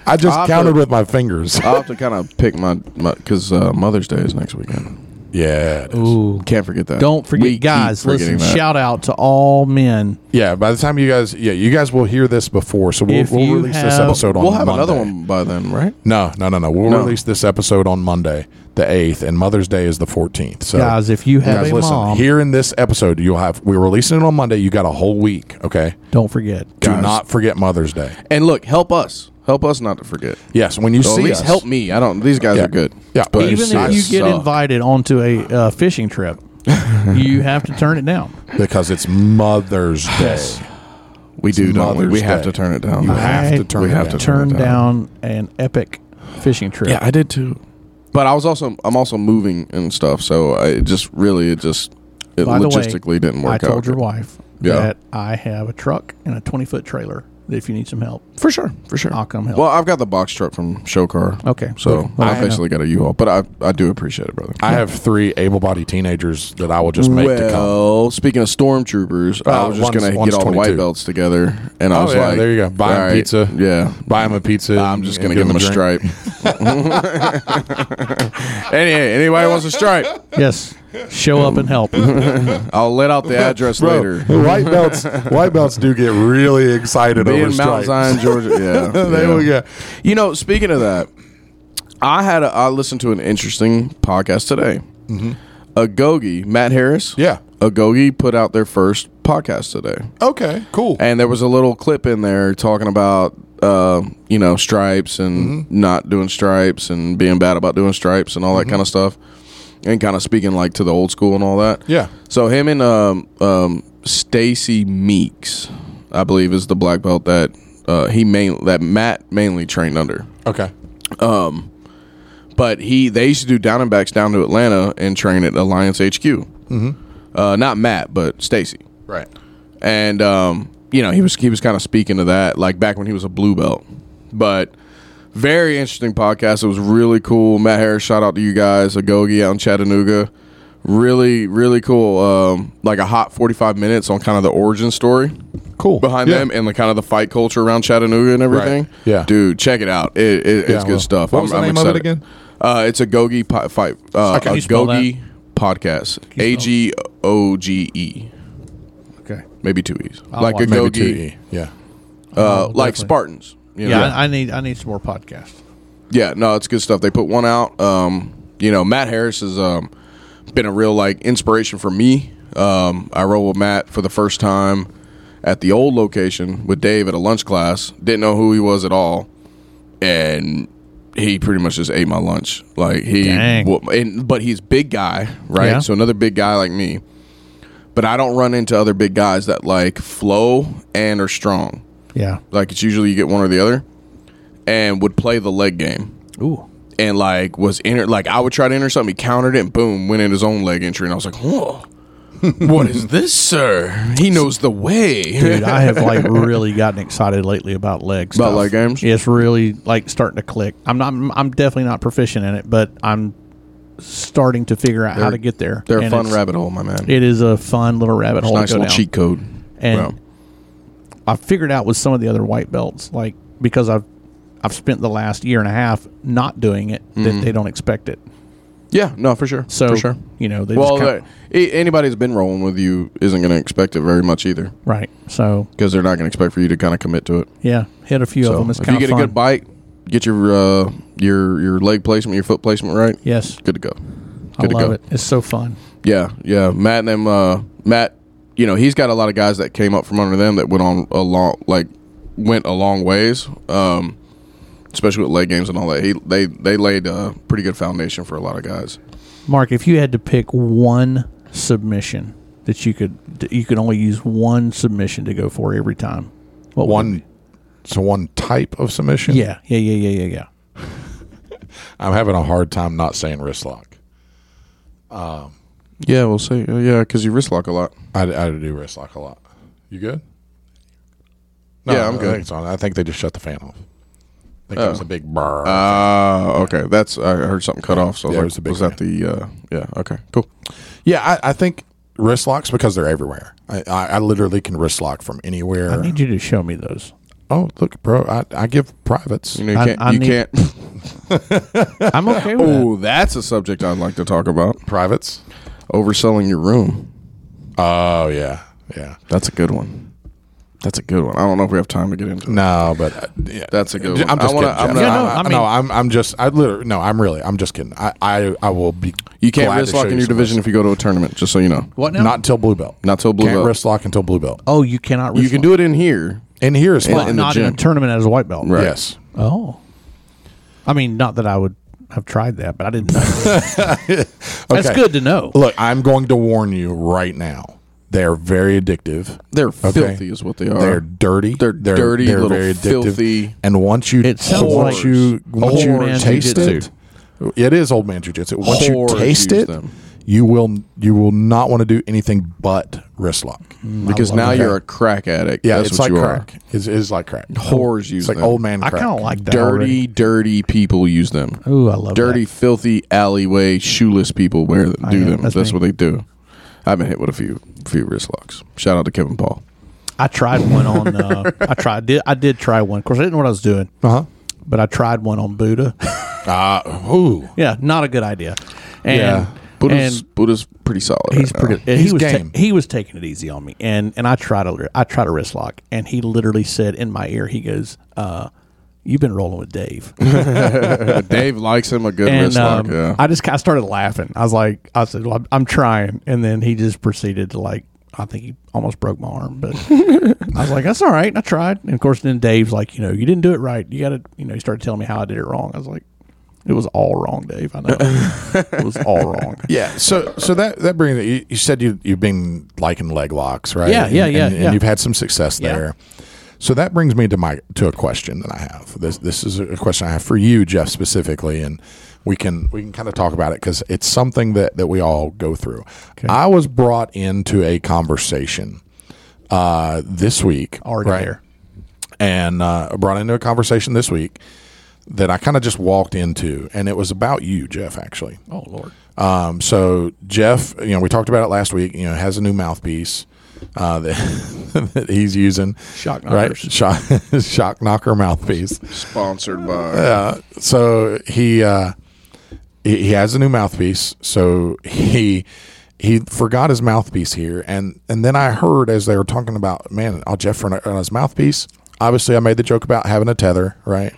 I just I'll counted put- with my fingers. I'll have to kind of pick my because uh, Mother's Day is next weekend. [laughs] yeah. it is. ooh, Can't forget that. don't forget, We keep guys. Listen, forgetting that. shout out to all men. Yeah. By the time you guys, yeah, you guys will hear this before, so we'll, If we'll you release this have- episode on. We'll have Monday. another one by then, right? No, no, no, no. We'll No. release this episode on Monday, the eighth, and Mother's Day is the fourteenth. So guys, if you have guys, a listen. mom, Here in this episode, you'll have we're releasing it on Monday. You got a whole week. Okay. don't forget. Do Guys. not forget Mother's Day. And look, help us. Help us not to forget. Yes, when you So see at least us, help me. I don't. These guys Yeah. are good. Yeah, but uh, you Even see if you us. get suck. invited onto a uh, fishing trip, you have to turn it down. because it's [sighs] Mother's Day. we do, don't we? Mother's We have Day. to turn it down. You have I to turn. we it have down. to turn Turn it down an epic fishing trip. Yeah, I did too. But I was also I'm also moving and stuff, so I it just really it just it By the way, logistically didn't I work out. told your wife Yeah. that I have a truck and a 20 foot trailer. That if you need some help, for sure, for sure. I'll come help. Well, I've got the box truck from Show Car. Okay. So Well, I I know. basically got a U-Haul, but I I do appreciate it, brother. I have three able-bodied teenagers that I will just make to come. well, speaking of stormtroopers, I Uh, was just one's- gonna one's get all the 22. white belts together, and I Oh, was yeah, like, there you go. Buy 'em all right, pizza. Yeah, Buy them a pizza. I'm just and gonna give them a drink. [laughs] stripe. Any, anybody wants a stripe? Yes. Show up [laughs] and help. I'll [laughs] let out the address later. Bro, white [laughs] belts, white belts do get really excited Be over in Mount stripes. [laughs] Zion, Georgia. Yeah, They yeah. will get- You know, speaking of that, I had a, I listened to an interesting podcast today. Agogi, Matt Harris. Mm-hmm. Yeah. Agogi put out their first podcast today, Okay, cool. and there was a little clip in there talking about uh, you know stripes and not doing stripes and being bad about doing stripes and all that kind of stuff, and kind of speaking like to the old school and all that. Yeah. So him and um, um, Stacy Meeks, I believe, is the black belt that uh, he main that Matt mainly trained under. Okay. But he they used to do down and backs down to Atlanta and train at Alliance HQ. Mm-hmm. Uh, not Matt, but Stacy. Right. And um, you know he was he was kind of speaking to that like back when he was a blue belt, but. Very interesting podcast. It was really cool. Matt Harris, shout out to you guys. Agogi out in Chattanooga. Really, really cool. Um, like a hot 45 minutes on kind of the origin story Cool. behind Yeah. them and the kind of the fight culture around Chattanooga and everything. Yeah. dude, check it out. It, it, it's Yeah, I will. good stuff. What was the name of it again? Uh, it's a Gogi po- fight. Uh, Okay. Can a you spell Gogi podcast. A G O G E. Okay. Maybe two E's. I'll like a watch it. Maybe two Gogi, E. Yeah. uh, like definitely. Spartans. You know? Yeah, I, I need I need some more podcasts. Yeah, no, it's good stuff. They put one out. Um, you know, Matt Harris has um, been a real like inspiration for me. Um, I rode with Matt for the first time at the old location with Dave at a lunch class. Didn't know who he was at all, and he pretty much just ate my lunch. Like he, Dang. whoop- and, but he's big guy, right? Yeah. So another big guy like me. But I don't run into other big guys that like flow and are strong. Yeah. Like it's usually you get one or the other, and would play the leg game Ooh. and like was enter like I would try to enter something, he countered it, and boom, went in his own leg entry, and I was like, [laughs] whoa. what is this, sir? He knows the way. Dude, I have like really gotten excited lately about legs. About leg games? It's really like starting to click. I'm not I'm definitely not proficient in it, but I'm starting to figure out how to get there. They're a And fun it's- rabbit hole, my man. It is a fun little rabbit hole. nice to go little down. cheat code. And Wow. I figured out with some of the other white belts, like because I've I've spent the last year and a half not doing it, that they don't expect it. Yeah, no, for sure. So Mm-hmm. for sure. you know, they Well, just kinda- they- a- anybody who's been rolling with you isn't going to expect it very much either, right. So because they're not going to expect for you to kind of commit to it. yeah, hit a few of So them. It's if you kind get of fun. a good bite, get your uh, your your leg placement, your foot placement right, yes, good to go. I Good to love go. it. It's so fun. Yeah, yeah. Matt and them, uh, Matt, you know, he's got a lot of guys that came up from under them that went on a long, like, went a long ways. Um, especially with leg games and all that. He they they laid a pretty good foundation for a lot of guys. Mark, if you had to pick one submission that you could that you could only use one submission to go for every time, what would it One. So one type of submission. be? Yeah, yeah, yeah, yeah, yeah, yeah. I'm having a hard time not saying wrist lock. Yeah, we'll see. Uh, yeah, because you wrist lock a lot. I, I do wrist lock a lot. You good? Yeah, I'm I good. Oh. think, it's on. I think they just shut the fan off. I think it was a big burr. Ah, okay. That's I heard something cut off. So Yeah, I it was was, a like, big was that the? Uh, yeah. Okay. Cool. yeah, I, I think wrist locks because they're everywhere. I, I, I literally can wrist lock from anywhere. I need you to show me those. oh, look, bro, I, I give privates. You know, you I- can't. I you need- can't. [laughs] I'm okay with that. oh, that's a subject I'd like to talk about. Privates? Overselling your room. Oh, yeah. Yeah. That's a good one. That's a good one. I don't know if we have time to get into. it. No, but uh, yeah. That's a good one. I'm just I wanna- kidding. Jeff. I'm not- Yeah, no, I, I mean- no, I'm, I'm just, I literally, no, I'm really, I'm just kidding. I, I, I will be. You can't glad wrist to show lock in you your some division if you go to a tournament, just so you know. What now? wrist- Not until blue belt. Not till blue Can't belt. wrist lock until blue belt. oh, you cannot. You can do it in here. And here is but fine. in the not in gym. a tournament as a white belt. Right. Yes. Oh, I mean, not that I would have tried that, but I didn't. [laughs] know. That's Okay. good to know. Look, I'm going to warn you right now. They're very addictive. They're filthy, is what they are. They're dirty. They're dirty little filthy- And once you It sounds once like you once old you man taste jujitsu. it, it is old man jujitsu. Once Whores you taste use it, them. you will you will not want to do anything but wrist lock. because now it. you're a crack addict. Yeah, Mm. That's it's what like you crack. It's, it's like crack. Whores use It's like them. old man I crack. kind of like are. that. Dirty, dirty people use them. Ooh, I love dirty, filthy alleyway shoeless people wear them, do am. them. That's, That's me. what they do. I've been hit with a few few wrist locks. Shout out to Kevin Paul. I tried one [laughs] on. Uh, I tried. Did I did try one? Of course, I didn't know what I was doing, Uh huh. [laughs] but I tried one on Buddha. Ah, ooh. Yeah, not a good idea. And, Yeah. Buddha's, uh, and Buddha's pretty solid. he's right now. pretty. and he He's was ta- game. he was taking it easy on me, and and I tried to I tried to wrist lock, and he literally said in my ear, he goes, uh, "You've been rolling with Dave." But [laughs] Dave likes him a good and wrist lock. um, Yeah. I just kind of started laughing. I was like, I said, well, I'm, I'm trying. And then he just proceeded to like, I think he almost broke my [laughs] arm, but I was like, that's all right. I tried. And of course, then Dave's like, you know, you didn't do it right. You got to, you know, he started telling me how I did it wrong. I was like, it was all wrong, Dave. I know it was all [laughs] wrong. Yeah. So so that that brings it. You, you said you you've been liking leg locks, right? Yeah, yeah, And- yeah, And, and yeah. you've had some success Yeah. there. So that brings me to my to a question that I have. This this is a question I have for you, Jeff, specifically, and we can we can kind of talk about it because it's something that that we all go through. I was brought into a conversation uh, this week Already right? there. and uh, brought into a conversation this week that I kind of just walked into, and it was about you, Jeff, actually. Oh, Lord. Um, so Jeff, you know, we talked about it last week. You know, has a new mouthpiece uh, that, [laughs] that he's using. Shock right? knockers. Shock, [laughs] shock knocker mouthpiece. Sponsored by. Uh, so he uh, he, he has a new mouthpiece. So he he forgot his mouthpiece here, and and then I heard as they were talking about, man, oh Jeff forgot his mouthpiece. Obviously, I made the joke about having a tether, right?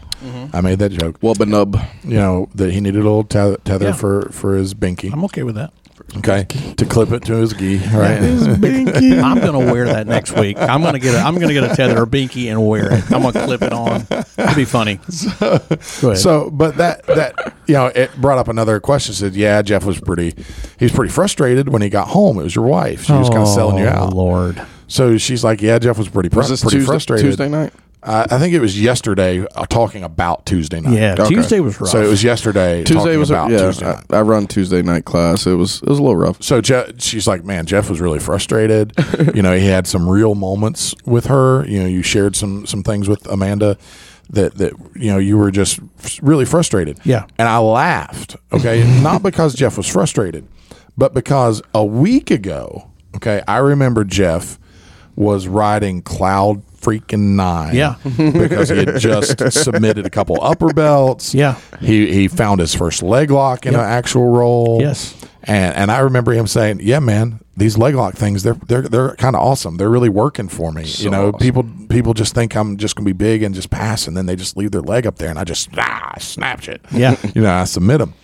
I made that joke. Wubbanub. You know that he needed a little te- tether Yeah. for for his binky. I'm okay with that. Okay, to clip it to his gi, [laughs] right? I'm gonna wear that next week. I'm gonna get a I'm gonna get a tether or binky and wear it. I'm gonna clip it on. It'd [laughs] be funny. Go ahead. so, but that that you know, it brought up another question. Said, yeah, Jeff was pretty, he was pretty frustrated when he got home. It was your wife; she was kind of selling you Oh, out. Lord. So she's like, yeah, Jeff was pretty, pr- Was this pretty Tuesday, frustrated. Tuesday night? I, I think it was yesterday. Uh, talking about Tuesday night. Yeah, Okay. Tuesday was rough. So it was yesterday. Tuesday talking was about yeah. uh, Tuesday. I- night. I, run Tuesday night class. It was it was a little rough. so Je- she's like, man, Jeff was really [laughs] frustrated. you know, he had some real moments with her. You know, you shared some some things with Amanda that that you know you were just f- really frustrated. Yeah. and I laughed. Okay, [laughs] not because Jeff was frustrated, but because a week ago, okay, I remember Jeff was riding cloud freaking nine. Yeah. [laughs] because he had [laughs] just submitted a couple upper belts. Yeah. he he found his first leg lock in an actual role. Yes. And and I remember him saying, "Yeah, man, these leg lock things, they're they're they're kind of awesome. They're really working for me. you know, awesome. people people just think I'm just gonna be big and just pass, and then they just leave their leg up there, and I just ah, snapped it. Yeah. [laughs] you know, I submit them.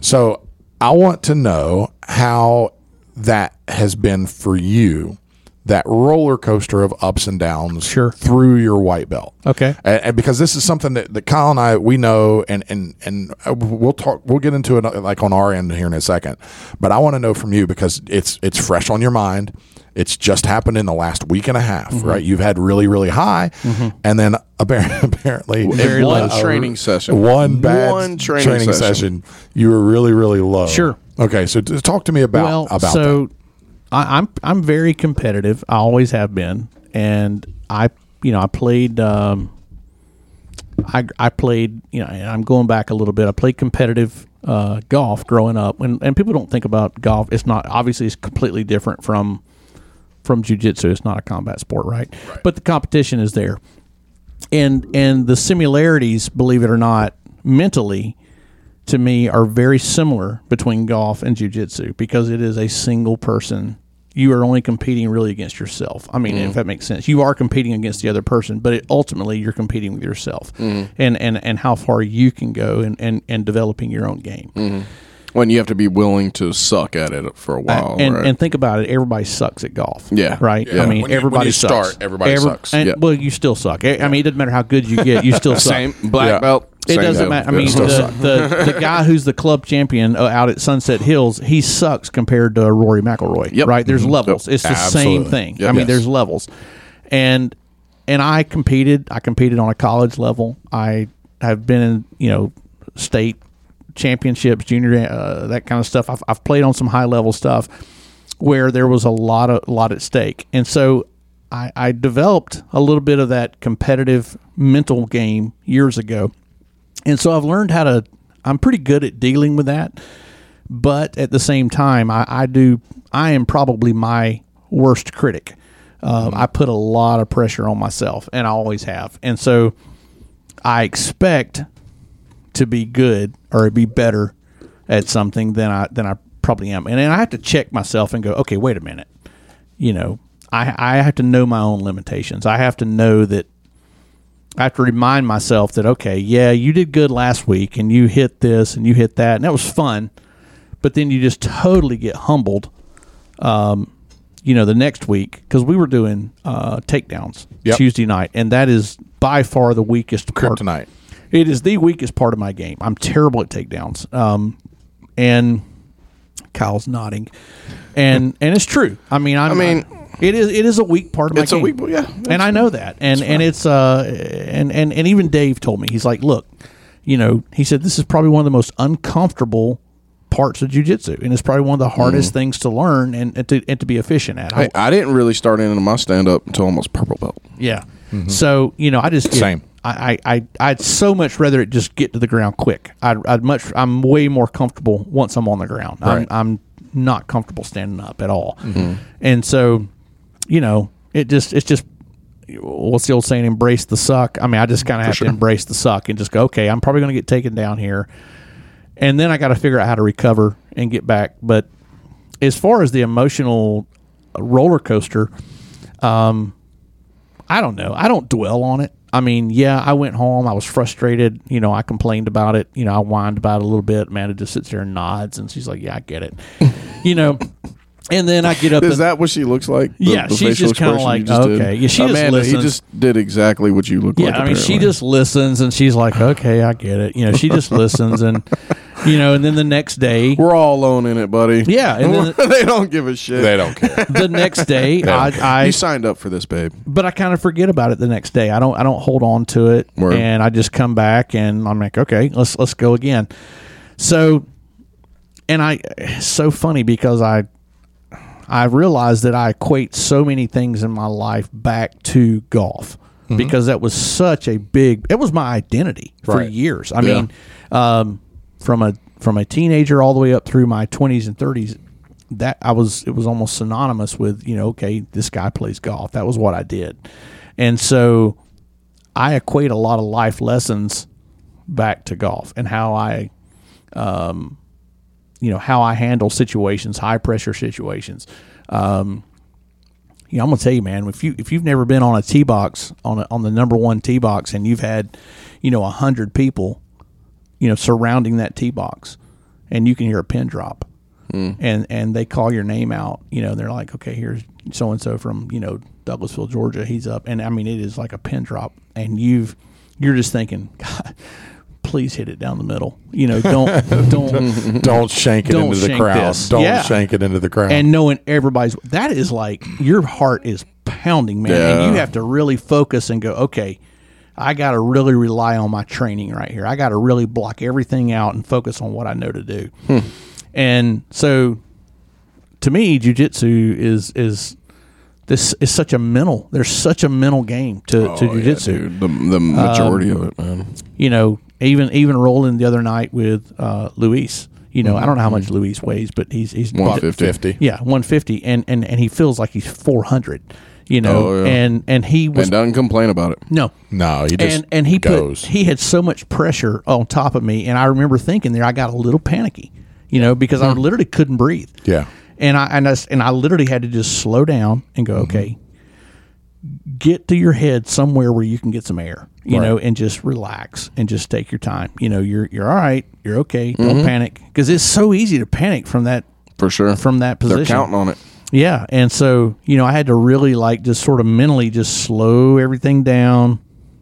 So I want to know how that has been for you." That roller coaster of ups and downs Sure. through your white belt. Okay. And, and because this is something that, that Kyle and I we know, and and and uh, we'll talk. We'll get into it uh, like on our end here in a second. But I want to know from you because it's it's fresh on your mind. It's just happened in the last week and a half, Mm-hmm. right? You've had really really high, and then [laughs] apparently, apparently Very a- one a- training session. one bad One training, training session. session. You were really really low. Sure. Okay, so t- talk to me about well, about that. so I, I'm I'm very competitive. I always have been, and I you know I played um, I I played you know and I'm going back a little bit. I played competitive uh, golf growing up, and and people don't think about golf. It's not obviously it's completely different from from jujitsu. It's not a combat sport, right? But the competition is there, and and the similarities, believe it or not, mentally to me are very similar between golf and jiu-jitsu because it is a single person you are only competing really against yourself i mean Mm-hmm. if that makes sense you are competing against the other person but it, ultimately you're competing with yourself Mm-hmm. and, and and how far you can go and and, and developing your own game Mm-hmm. When you have to be willing to suck at it for a Oh, while, and, right? and think about it everybody sucks at golf Yeah. right Yeah. i mean When you- when you everybody sucks. start, everybody sucks. and, Yeah. well you still suck I, I mean it doesn't matter how good you get [laughs] you still suck same black Yeah. belt. It same doesn't deal. matter. I Yeah. mean, Still suck. the, the, the guy who's the club champion uh, out at Sunset Hills, he sucks compared to Rory McIlroy. Yep. Mm-hmm. Right? There's levels. Yep. It's the same Absolutely. thing. Yep. I mean, Yes. there's levels, and and I competed. I competed on a college level. I have been in you know state championships, junior uh, that kind of stuff. I've, I've played on some high level stuff where there was a lot of lot at stake, and so I, I developed a little bit of that competitive mental game years ago. And so I've learned how to, I'm pretty good at dealing with that. But at the same time, I, I do, I am probably my worst critic. Um, I put a lot of pressure on myself and I always have. And so I expect to be good or be better at something than I than I probably am. And, and I have to check myself and go, okay, wait a minute. You know, I I have to know my own limitations. I have to know that I have to remind myself that okay, yeah, you did good last week and you hit this and you hit that and that was fun. But then you just totally get humbled um, you know, the next week because we were doing uh, takedowns Yep. Tuesday night, and that is by far the weakest part. Kryptonite. It is the weakest part of my game. I'm terrible at takedowns. Um, and Kyle's nodding, [laughs] and and it's true. I mean, I'm, I mean, it is it is a weak part of my It's a game. weak- yeah, and I know that, and and it's uh, and and and even Dave told me he's like, look, you know, he said this is probably one of the most uncomfortable parts of jujitsu, and it's probably one of the Mm. hardest things to learn and, and to and to be efficient at. I, I didn't really start into my stand up until almost purple belt. Yeah. So you know, I just get- Mm-hmm. Same. I, I I I'd so much rather it just get to the ground quick. I'd, I'd much I'm way more comfortable once I'm on the ground. Right. Mm-hmm. I'm, I'm not comfortable standing up at all. And so, you know, it just it's just what's the old saying? Embrace the suck. I mean, I just kind of have to embrace the suck and just go, okay, I'm probably going to get taken down here, and then I got to figure out how to recover and get back. But as far as the emotional roller coaster, I don't know. I don't dwell on it. I mean, yeah, I went home. I was frustrated. You know, I complained about it. You know, I whined about it a little bit. Amanda just sits there and nods, and she's like, "Yeah, I get it." you know, and then I get up. Is and- that what she looks like? Yeah, she's facial just kinda expression you like, just did? okay. Yeah, she just Amanda, he listens. just did exactly what you look yeah, like. I mean, she apparently. just listens, and she's like, "Okay, I get it." You know, she just listens, and you know, and then the next day, We're all alone in it, buddy. [laughs] Yeah, and then- they don't give a shit. They don't [laughs] care. the next [laughs] day, I, I you signed up for this, babe. but I kind of forget about it the next day. I don't I don't hold on to it, Word. and I just come back and I'm like, okay, let's let's go again. So, and I, it's so funny because I, I realized that I equate so many things in my life back to golf because that was such a big. It was my identity for Right. years. I Yeah. mean, um, from a from a teenager all the way up through my 20s and 30s that i was it was almost synonymous with you know okay this guy plays golf that was what i did and so i equate a lot of life lessons back to golf and how i um, you know how i handle situations high pressure situations you know, I'm gonna tell you, man. If you if you've never been on a tee box on a, on the number one tee box, and you've had, you know, a hundred people, you know, surrounding that tee box, and you can hear a pin drop, and and they call your name out, you know, and they're like, okay, here's so and so from you know Douglasville, Georgia. He's up, and I mean, it is like a pin drop, and you've you're just thinking, God, please hit it down the middle, you know, don't don't Don't shank it Don't into the shank crowd. this. Don't Yeah. shank it into the crowd. and knowing everybody's that is like your heart is pounding man Yeah. and you have to really focus and go okay i gotta really rely on my training right here i gotta really block everything out and focus on what i know to do Hmm. and so to me jujitsu is is this is such a mental there's such a mental game to, to jujitsu Oh, Dude, the, the majority Um, of it, man. you know, even even rolling the other night with uh, Luis. You know, I don't know how much Luis weighs, but he's he's 150. 50. Yeah, one fifty, and and and he feels like he's four hundred. You know, Oh, yeah. and and he was And doesn't complain about it. no. No, he just And and he goes. put he had so much pressure on top of me, and I remember thinking there I got a little panicky, you know, because I literally couldn't breathe. yeah. And I and I, s- and I literally had to just slow down and go, okay, get to your head somewhere where you can get some air, you know, and just relax and just take your time. You know, you're you're all right, you're okay. Don't panic because it's so easy to panic from that For sure. from that They're position. counting on it. Yeah, and so you know, I had to really like just sort of mentally just slow everything down,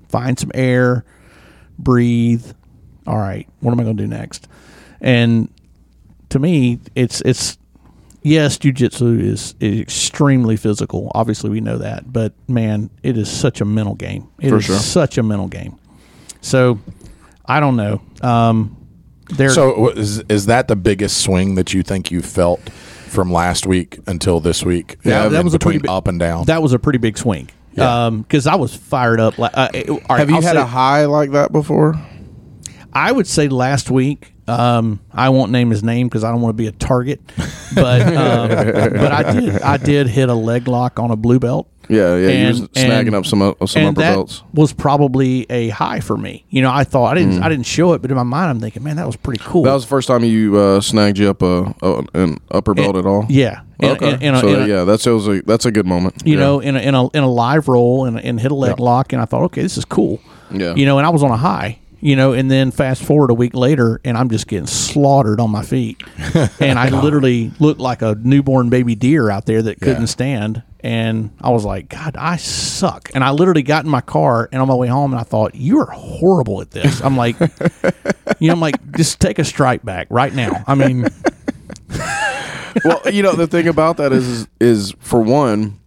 find some air, breathe. All right, what am I going to do next? And to me, it's it's yes, jujitsu is is extremely physical. Obviously, we know that, but man, it is such a mental game. It is For sure. such a mental game. So I don't know. Um, there, So w- is, is that the biggest swing that you think you felt from last week until this week? Yeah, that in was a pretty between big- up and down. that was a pretty big swing. Yeah. Um, 'cause because I was fired up. Like, uh, it- all right, Have you I'll had say- a high like that before? I would say last week Um, I won't name his name because I don't want to be a target, but [laughs] um, but I did I did hit a leg lock on a blue belt. Yeah, yeah, you And- was snagging and- up some up- some and upper that belts. Mm. was probably a high for me. You know, I thought I didn't I didn't show it, but in my mind I'm thinking, man, that was pretty cool. That was the first time you uh, snagged you up a, a an upper belt at all. yeah. In a- Okay. in a- in a- so in a- yeah, that's that was a that's a good moment. you Yeah. know, in a, in a in a live roll and, and hit a leg lock, and I thought, okay, this is cool. Yeah. You know, and I was on a high. You know, and then fast forward a week later, and I'm just getting slaughtered on my [laughs] feet, and I literally looked like a newborn baby deer out there that couldn't stand. And I was like, God, I suck. And I literally got in my car and on my way home, and I thought, you are horrible at this. [laughs] I'm like, you know, I'm like, just take a strike back right now. [laughs] I mean, [laughs] well, you know the thing about that is is for one,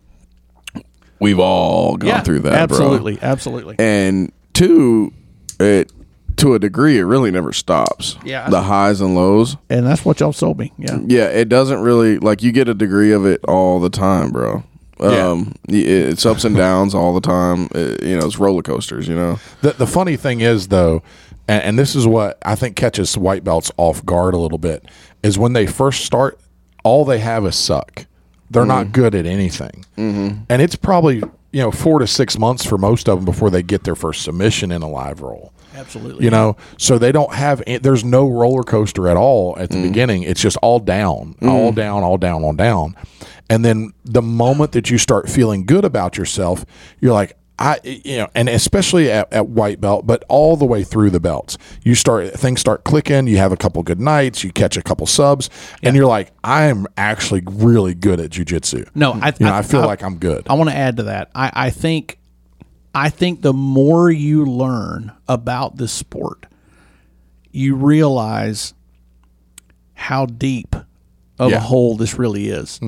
we've all gone yeah, through that, bro. absolutely, absolutely. and two, it to a degree, it really never stops. Yeah. the highs and lows. And that's what y'all sold me. Yeah. Yeah, it doesn't really like you get a degree of it all the time, bro. Yeah. Um, y- it's ups and downs all the time. It- you know, it's roller coasters. You know, The, the funny thing is, though, and, and this is what I think catches white belts off guard a little bit, is when they first start, all they have is suck. They're not good at anything. Mm-hmm. And it's probably, you know, four to six months for most of them before they get their first submission in a live roll. Absolutely. You know, so they don't have, an- there's no roller coaster at all Mm. at the beginning. It's just all down, all down, all down, all down. And then the moment that you start feeling good about yourself, you're like, I, you know, and especially at, at white belt, but all the way through the belts, you start, things start clicking. You have a couple good nights, you catch a couple subs, and you're like, I'm actually really good at jujitsu. No, I, You know, I, feel like I'm good. I want to add to that. I, I think, I think the more you learn about this sport, you realize how deep of Yeah. Mm-hmm. a hole this really is.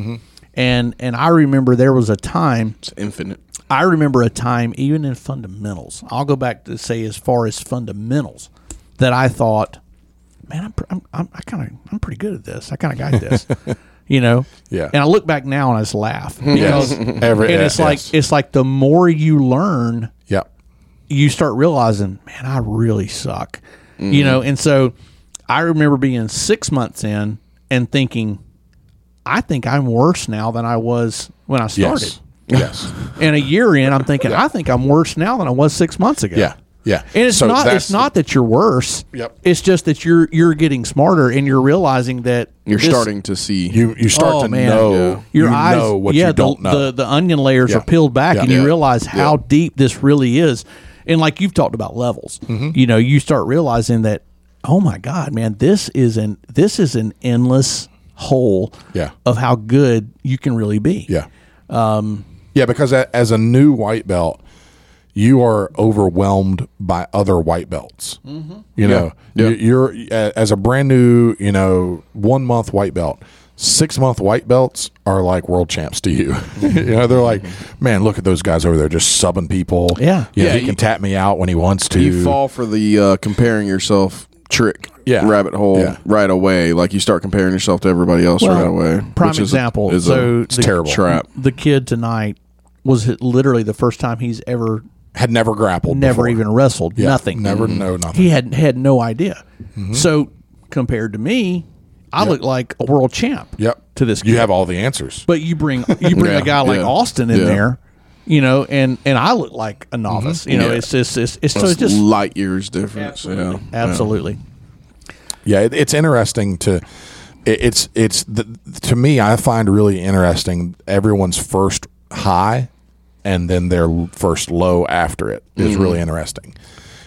And and I remember there was a time it's infinite. I remember a time, even in fundamentals, I'll go back to say as far as fundamentals, that I thought, man, I'm, pr- I'm, I'm I kind of, I'm pretty good at this. I kind of [laughs] got this, you know. Yeah. And I look back now and I just laugh [laughs] Yes. because- Every- and it's yes. like it's like the more you learn, yeah. you start realizing, man, I really suck, Mm-hmm. you know. And so I remember being six months in and thinking, I think I'm worse now than I was when I started. Yes. [laughs] Yes. And a year in, I'm thinking, I think I'm worse now than I was six months ago. yeah. Yeah. And it's So not that's it's not that you're worse. Yep. It's just that you're you're getting smarter and you're realizing that You're this- starting to see. You you start Oh, to man. know Yeah. your you eyes know what yeah, you the, don't know. The, the onion layers Yeah. are peeled back Yeah. and Yeah. you realize how Yeah. deep this really is. And like you've talked about levels. Mm-hmm. You know, you start realizing that oh my god, man, this is an this is an endless hole Yeah. of how good you can really be. yeah. um, yeah, because a, as a new white belt, you are overwhelmed by other white belts. Mm-hmm. You know, Yeah. You, you're a- as a brand new, you know, one month white belt. Six month white belts are like world champs to you. [laughs] you know, they're like, man, look at those guys over there just subbing people. Mm-hmm. Yeah. You know, Yeah, he you- can tap me out when he wants to. you fall for the uh, comparing yourself trick Yeah. rabbit hole Yeah. right away like you start comparing yourself to everybody else right away Prime which is a- example. is a so it's the- terrible. trap the kid tonight was hit- literally the first time he's ever Had never grappled. never before. even wrestled Yeah, nothing Mm-hmm. Never know nothing. he had had no idea so compared to me i look like a world champ yep. to this kid. you have all the answers. but you bring you bring Yeah, a guy like yeah, austin in yeah. there you know and and i look like a novice you know Yeah. it's just it's, it's, so It's it's just light years difference yeah absolutely Yeah, it, it's interesting to it, it's it's the, to me I find really interesting everyone's first high and then their l- first low after it is really interesting.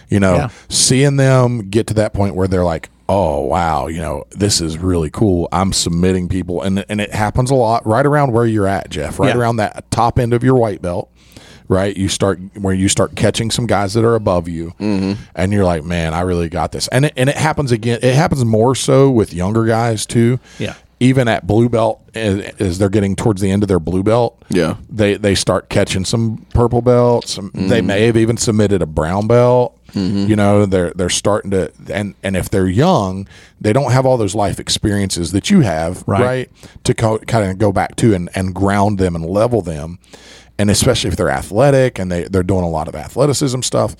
You know, Mm-hmm. Yeah. seeing them get to that point where they're like, "Oh wow, you know, this is really cool. I'm submitting people," and and it happens a lot right around where you're at, Jeff. Right Yeah. around that top end of your white belt. Right, you start where you start catching some guys that are above you, and you're like, "Man, I really got this." And it, and it happens again. It happens more so with younger guys too. Yeah. even at blue belt, as, as they're getting towards the end of their blue belt, Yeah. they they start catching some purple belts. Some, They may have even submitted a brown belt. You know, they're they're starting to and and if they're young, they don't have all those life experiences that you have, right? Right. to co- kind of go back to and and ground them and level them. and especially if they're athletic and they, they're doing a lot of athleticism stuff.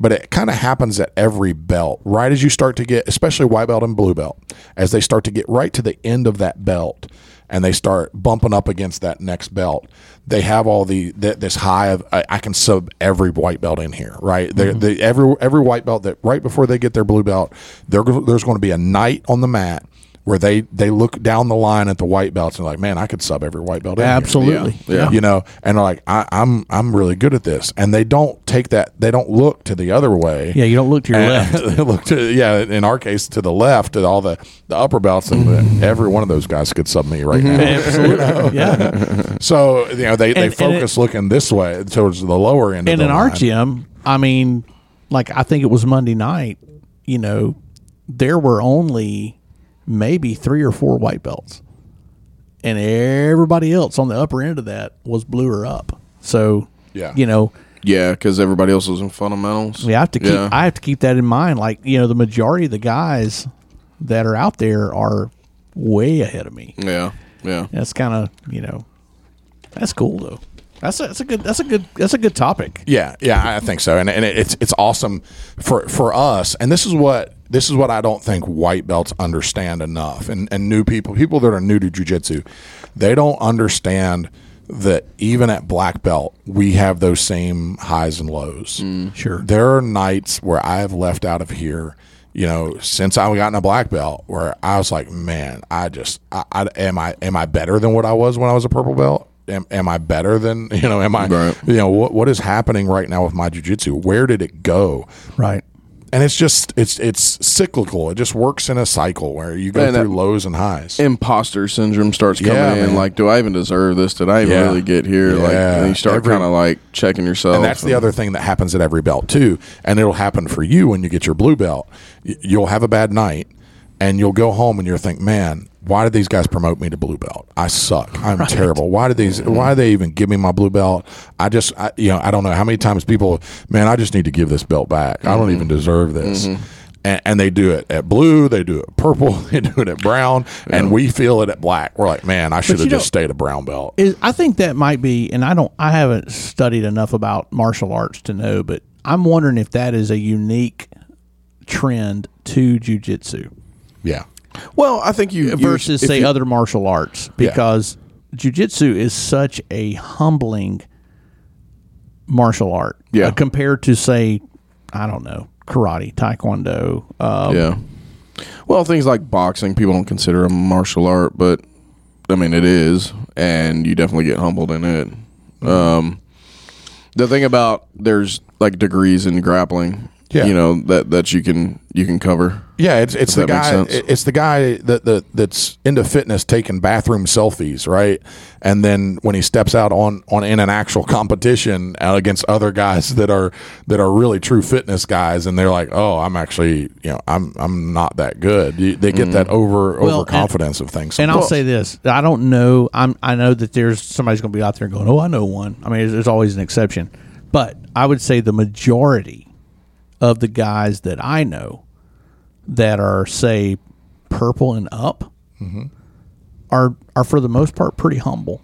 But it kind of happens at every belt, right as you start to get, especially white belt and blue belt, as they start to get right to the end of that belt and they start bumping up against that next belt. They have all the th- this high of I, I can sub every white belt in here, right? They're They every every white belt that right before they get their blue belt, they're, go- there's going to be a night on the mat where they they look down the line at the white belts and like, man, I could sub every white belt. in here." Absolutely. Yeah. Yeah. you know, and they're like, I, I'm I'm really good at this, and they don't take that, they don't look to the other way. Yeah, you don't look [laughs] to your left. they look to yeah, in our case to the left at all the the upper belts, and Mm-hmm. every one of those guys could sub me right now. Absolutely. Yeah. So you know they, they Mm-hmm. And- and focus looking this way towards the lower end. And of in the our line. gym, I mean, like I think it was Monday night, you know, there were only maybe three or four white belts. And everybody else on the upper end of that was blue or up. So Yeah. you know, Yeah, because everybody else was in fundamentals. Yeah, I have to keep Yeah. I have to keep that in mind. Like you know, the majority of the guys that are out there are way ahead of me. yeah, yeah. That's kind of you know, that's cool though. That's a, that's a good that's a good that's a good topic. Yeah, yeah, I think so, and and it- it's it's awesome for for us. And this is what this is what I don't think white belts understand enough, and and new people, people that are new to jujitsu, they don't understand that even at black belt we have those same highs and lows. Sure. There are nights where I have left out of here, you know, since I got in a black belt, where I was like, man, I just, I, I am I am I better than what I was when I was a purple belt? Am, am I better than [laughs] you know? Am I Right. you know what what is happening right now with my jujitsu? Where did it go? Right. And it's just it's it's cyclical. It just works in a cycle where you go Man, that- through lows and highs. Imposter syndrome starts coming Yeah, in. man. Like, do I even deserve this? Did I even Yeah. really get here? Like, Yeah. and you start Every- kind of like checking yourself. And that's the other thing that happens at every belt too, and it'll happen for you when you get your blue belt. Y- You'll have a bad night, and you'll go home and you'll think, "Man, why did these guys promote me to blue belt? I suck. [laughs] I'm terrible. Why did these? Why did they even give me my blue belt? I just, I, you know, I don't know how many times people, man, I just need to give this belt back. I don't even Mm-hmm. deserve this." And, and they do it at blue, they do it purple, [laughs] they do it at brown, and we feel it at black. We're like, man, I should have you just know- stayed a brown belt. Is I think that might be, and I don't I haven't studied enough about martial arts to know, but I'm wondering if that is a unique trend to jujitsu. yeah, Well, I think you versus you, if say you- other martial arts because jujitsu is such a humbling martial art Yeah. uh, compared to say I don't know karate, taekwondo. Uh, yeah. Well, things like boxing, people don't consider a martial art, but I mean, it is, and you definitely get humbled in it. Mm-hmm. Um, the thing about there's like degrees in grappling, Yeah. you know that that you can you can cover. Yeah, it's it's the that makes guy. sense. It's the guy that, that that's into fitness, taking bathroom selfies, right? And then when he steps out on on in an actual competition out against other guys that are that are really true fitness guys, and they're like, "Oh, I'm actually, you know, I'm I'm not that good." You- They get Mm. that over Well, overconfidence of things. And I'll sometimes. say this: I don't know. I'm. I know that there's somebody's going to be out there going, "Oh, I know one." I mean, there's, there's always an exception, but I would say the majority of the guys that I know that are say purple and up Mm-hmm. are are for the most part pretty humble.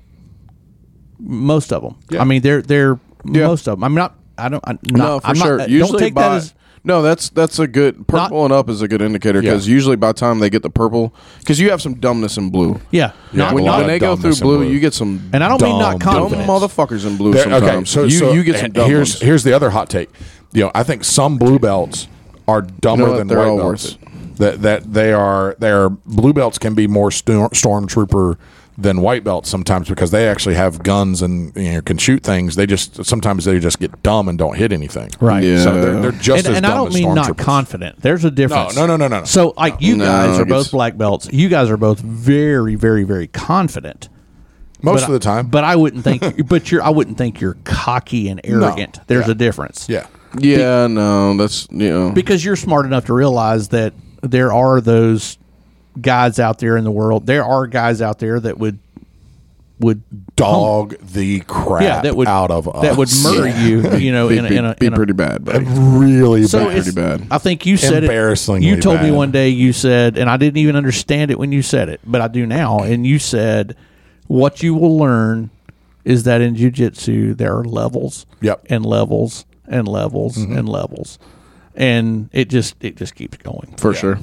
Most of them. I mean, they're they're most of them. I'm not. I don't. I'm not, no, for I'm not- sure. that- usually don't take by, that as. no. That's that's a good purple and up is a good indicator because usually by the time they get the purple, because you have some dumbness in blue. Yeah. Yeah, Not- when, a lot when of they go through dumbness in blue, blue. you get some and I don't mean not Dumb, dumb dumb confidence. motherfuckers in blue. There- sometimes you so you get some and dumb here's ones. here's the other hot take. You know, I think some blue belts are dumber You know what? than They're all white worth belts. That that they are they are blue belts can be more storm, stormtrooper than white belts sometimes because they actually have guns and you know can shoot things. They just sometimes they just get dumb and don't hit anything. Right. Yeah. So they're, they're just and, as and dumb I don't as mean not stormtroopers. confident. There's a difference. no, no, no, no, no. So like you No, guys are it's- both black belts. You guys are both very, very, very confident. Most But of the time, but I wouldn't think. [laughs] but you're. I wouldn't think you're cocky and arrogant. There's Yeah. a difference. yeah, Yeah, no, that's you know. Because you're smart enough to realize that there are those guys out there in the world. There are guys out there that would would dog the crap yeah that would out of us. that would murder you. You know, be, in a, be- in a, be in a, Uh, pretty bad, buddy. really So bad. it's, Pretty bad. I think you said it. Embarrassingly You told me bad. one day you said, and I didn't even understand it when you said it, but I do now. And you said, "What you will learn is that in jujitsu there are levels Yep. Mm-hmm. and levels and levels and levels, and it just it just keeps going. for sure.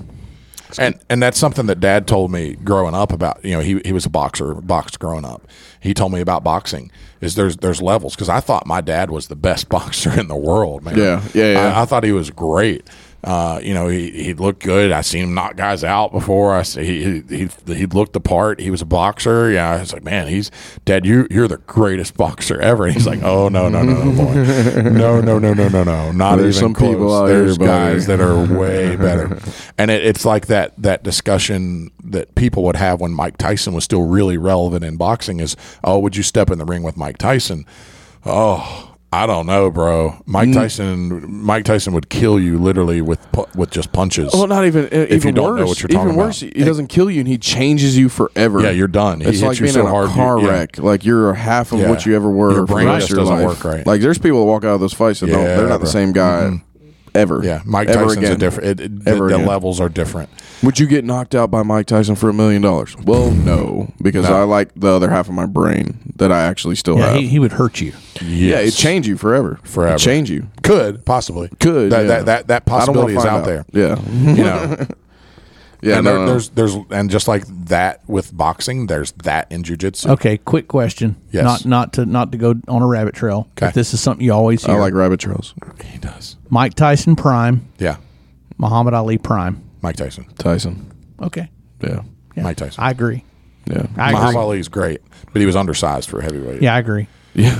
And and that's something that Dad told me growing up about. You know, he he was a boxer, boxed growing up. He told me about boxing is there's there's levels because I thought my dad was the best [laughs] boxer in the world, man. Yeah, yeah, yeah. I, I thought he was great. Uh, you know, he he looked good. I seen him knock guys out before. I see he he he, he looked the part. He was a boxer. Yeah, I was like, man, he's Dad. You you're the greatest [laughs] boxer ever. And he's like, oh no no no no [laughs] boy, no no no no no no, not There's even some people close. out here, There's buddy. guys that are [laughs] way better. And it, it's like that that discussion that people would have when Mike Tyson was still really relevant in boxing is, oh, would you step in the ring with Mike Tyson? Oh, I don't know, bro. Mm. Mike Tyson, Mike Tyson would kill you literally with pu- with just punches. Well, not even uh, even you don't worse. know what you're even talking worse, about. he doesn't kill you, and he changes you forever. Yeah, you're done. He it's hits like you being so in a hard, you- car yeah. wreck. Like you're half of Yeah. what you ever were. Your for the brain rest just of your doesn't life. work right. Like there's people that walk out of those fights that don't. Yeah, They're not bro. the same guy ever. yeah, Mike ever Tyson's again. a different. It, it, the, Ever the again. levels are different. Would you get knocked out by Mike Tyson for a million dollars? Well, no, because I like the other half of my brain that I actually still Yeah, have. he, he would hurt you. yeah, it Yes. change you forever. Forever. It change you. Could possibly Could, that yeah. that, that that I don't want possibility to is find out [laughs] there. Mm-hmm. Yeah, You know, yeah. and no, there, no. uh, there's there's and just like that with boxing, there's that in jujitsu. Okay, quick question. Yes. Not not to not to go on a rabbit trail. but Okay. this is something you always I hear. like rabbit trails. He does. Mike Tyson prime, Yeah, Muhammad Ali prime. Mike Tyson. Tyson. Okay. Yeah, Yeah. Mike Tyson. I agree. yeah. I Muhammad agree. Ali is great, but he was undersized for heavyweight. Yeah, I agree. yeah.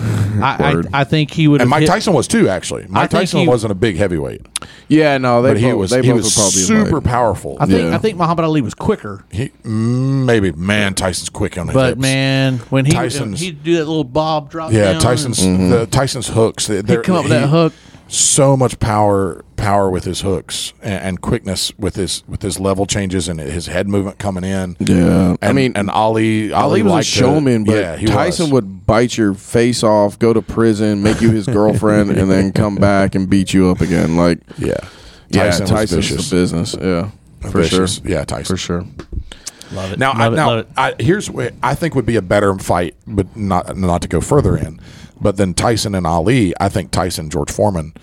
I, Word. I, I think he and would. have Mike hit- Tyson was too. Actually, Mike think Tyson he- wasn't a big heavyweight, Yeah, no, they but he both- was they he both was were probably super like- powerful. I think Yeah. I think Muhammad Ali was quicker, he mm, maybe man Tyson's quick on his but hips. man, when he Tyson's- he'd do that little bob drop. yeah, down Tyson's the Tyson's hooks. They, and he'd Mm-hmm. come up with that hook. so much power power with his hooks and, and quickness with his with his level changes and his head movement coming in. Yeah. I And- mean, and Ali Ali was a liked to- showman, but yeah, he Tyson was. would bite your face off, go to prison, make [laughs] you his girlfriend, and then come back and beat you up again. Like, Yeah, yeah, Tyson was Tyson's vicious. the business. Yeah, for Vicious. sure. Yeah, Tyson For sure. Love it. Now, I, love it, now love it. I, here's what I think would be a better fight, but not not to go further in. But then Tyson and Ali, I think Tyson George Foreman,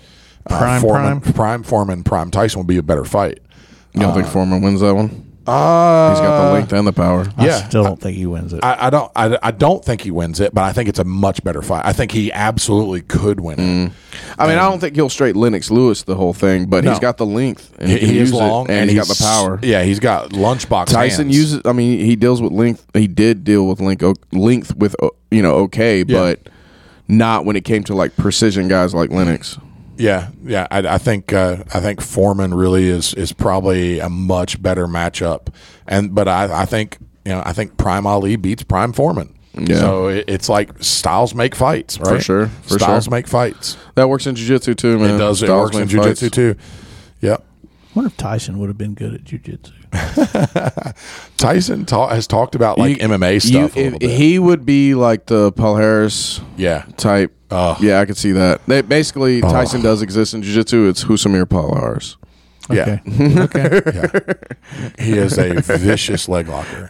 uh, Prime, Foreman, prime Foreman, prime Tyson would be a better fight. You don't think Foreman wins that one? Uh, He's got the length and the power. yeah. I still don't think he wins it. I, I don't I, I don't think he wins it, but I think it's a much better fight. I think he absolutely could win Mm-hmm. it. I mean, I don't think he'll straight Lennox Lewis the whole thing, but No. he's got the length and He, he, can he use is long it, and, he's got the he's- power. Yeah, he's got lunchbox. Tyson hands. uses. I mean, he deals with length. He did deal with length. o- Length with o- you know okay, but not when it came to like precision guys like Lennox. Yeah, yeah. I, I think uh, I think Foreman really is is probably a much better matchup, and but I, I think you know I think Prime Ali beats Prime Foreman. Yeah. So it, it's like styles make fights, right? sure, for styles sure. make fights. That works in jujitsu too, man. It does. It Styles works in make fights. jujitsu too. Yep. wonder if Tyson would have been good at jujitsu. Tyson ta- has talked about like You- MMA you- stuff a little if- bit. He would be like the Paul Harris yeah. type. Ugh. yeah, I could see that. They, basically, Ah. Tyson does exist in jujitsu. It's Husamir Paul Harris. [laughs] Yeah. Okay. He is [laughs] a vicious leg locker,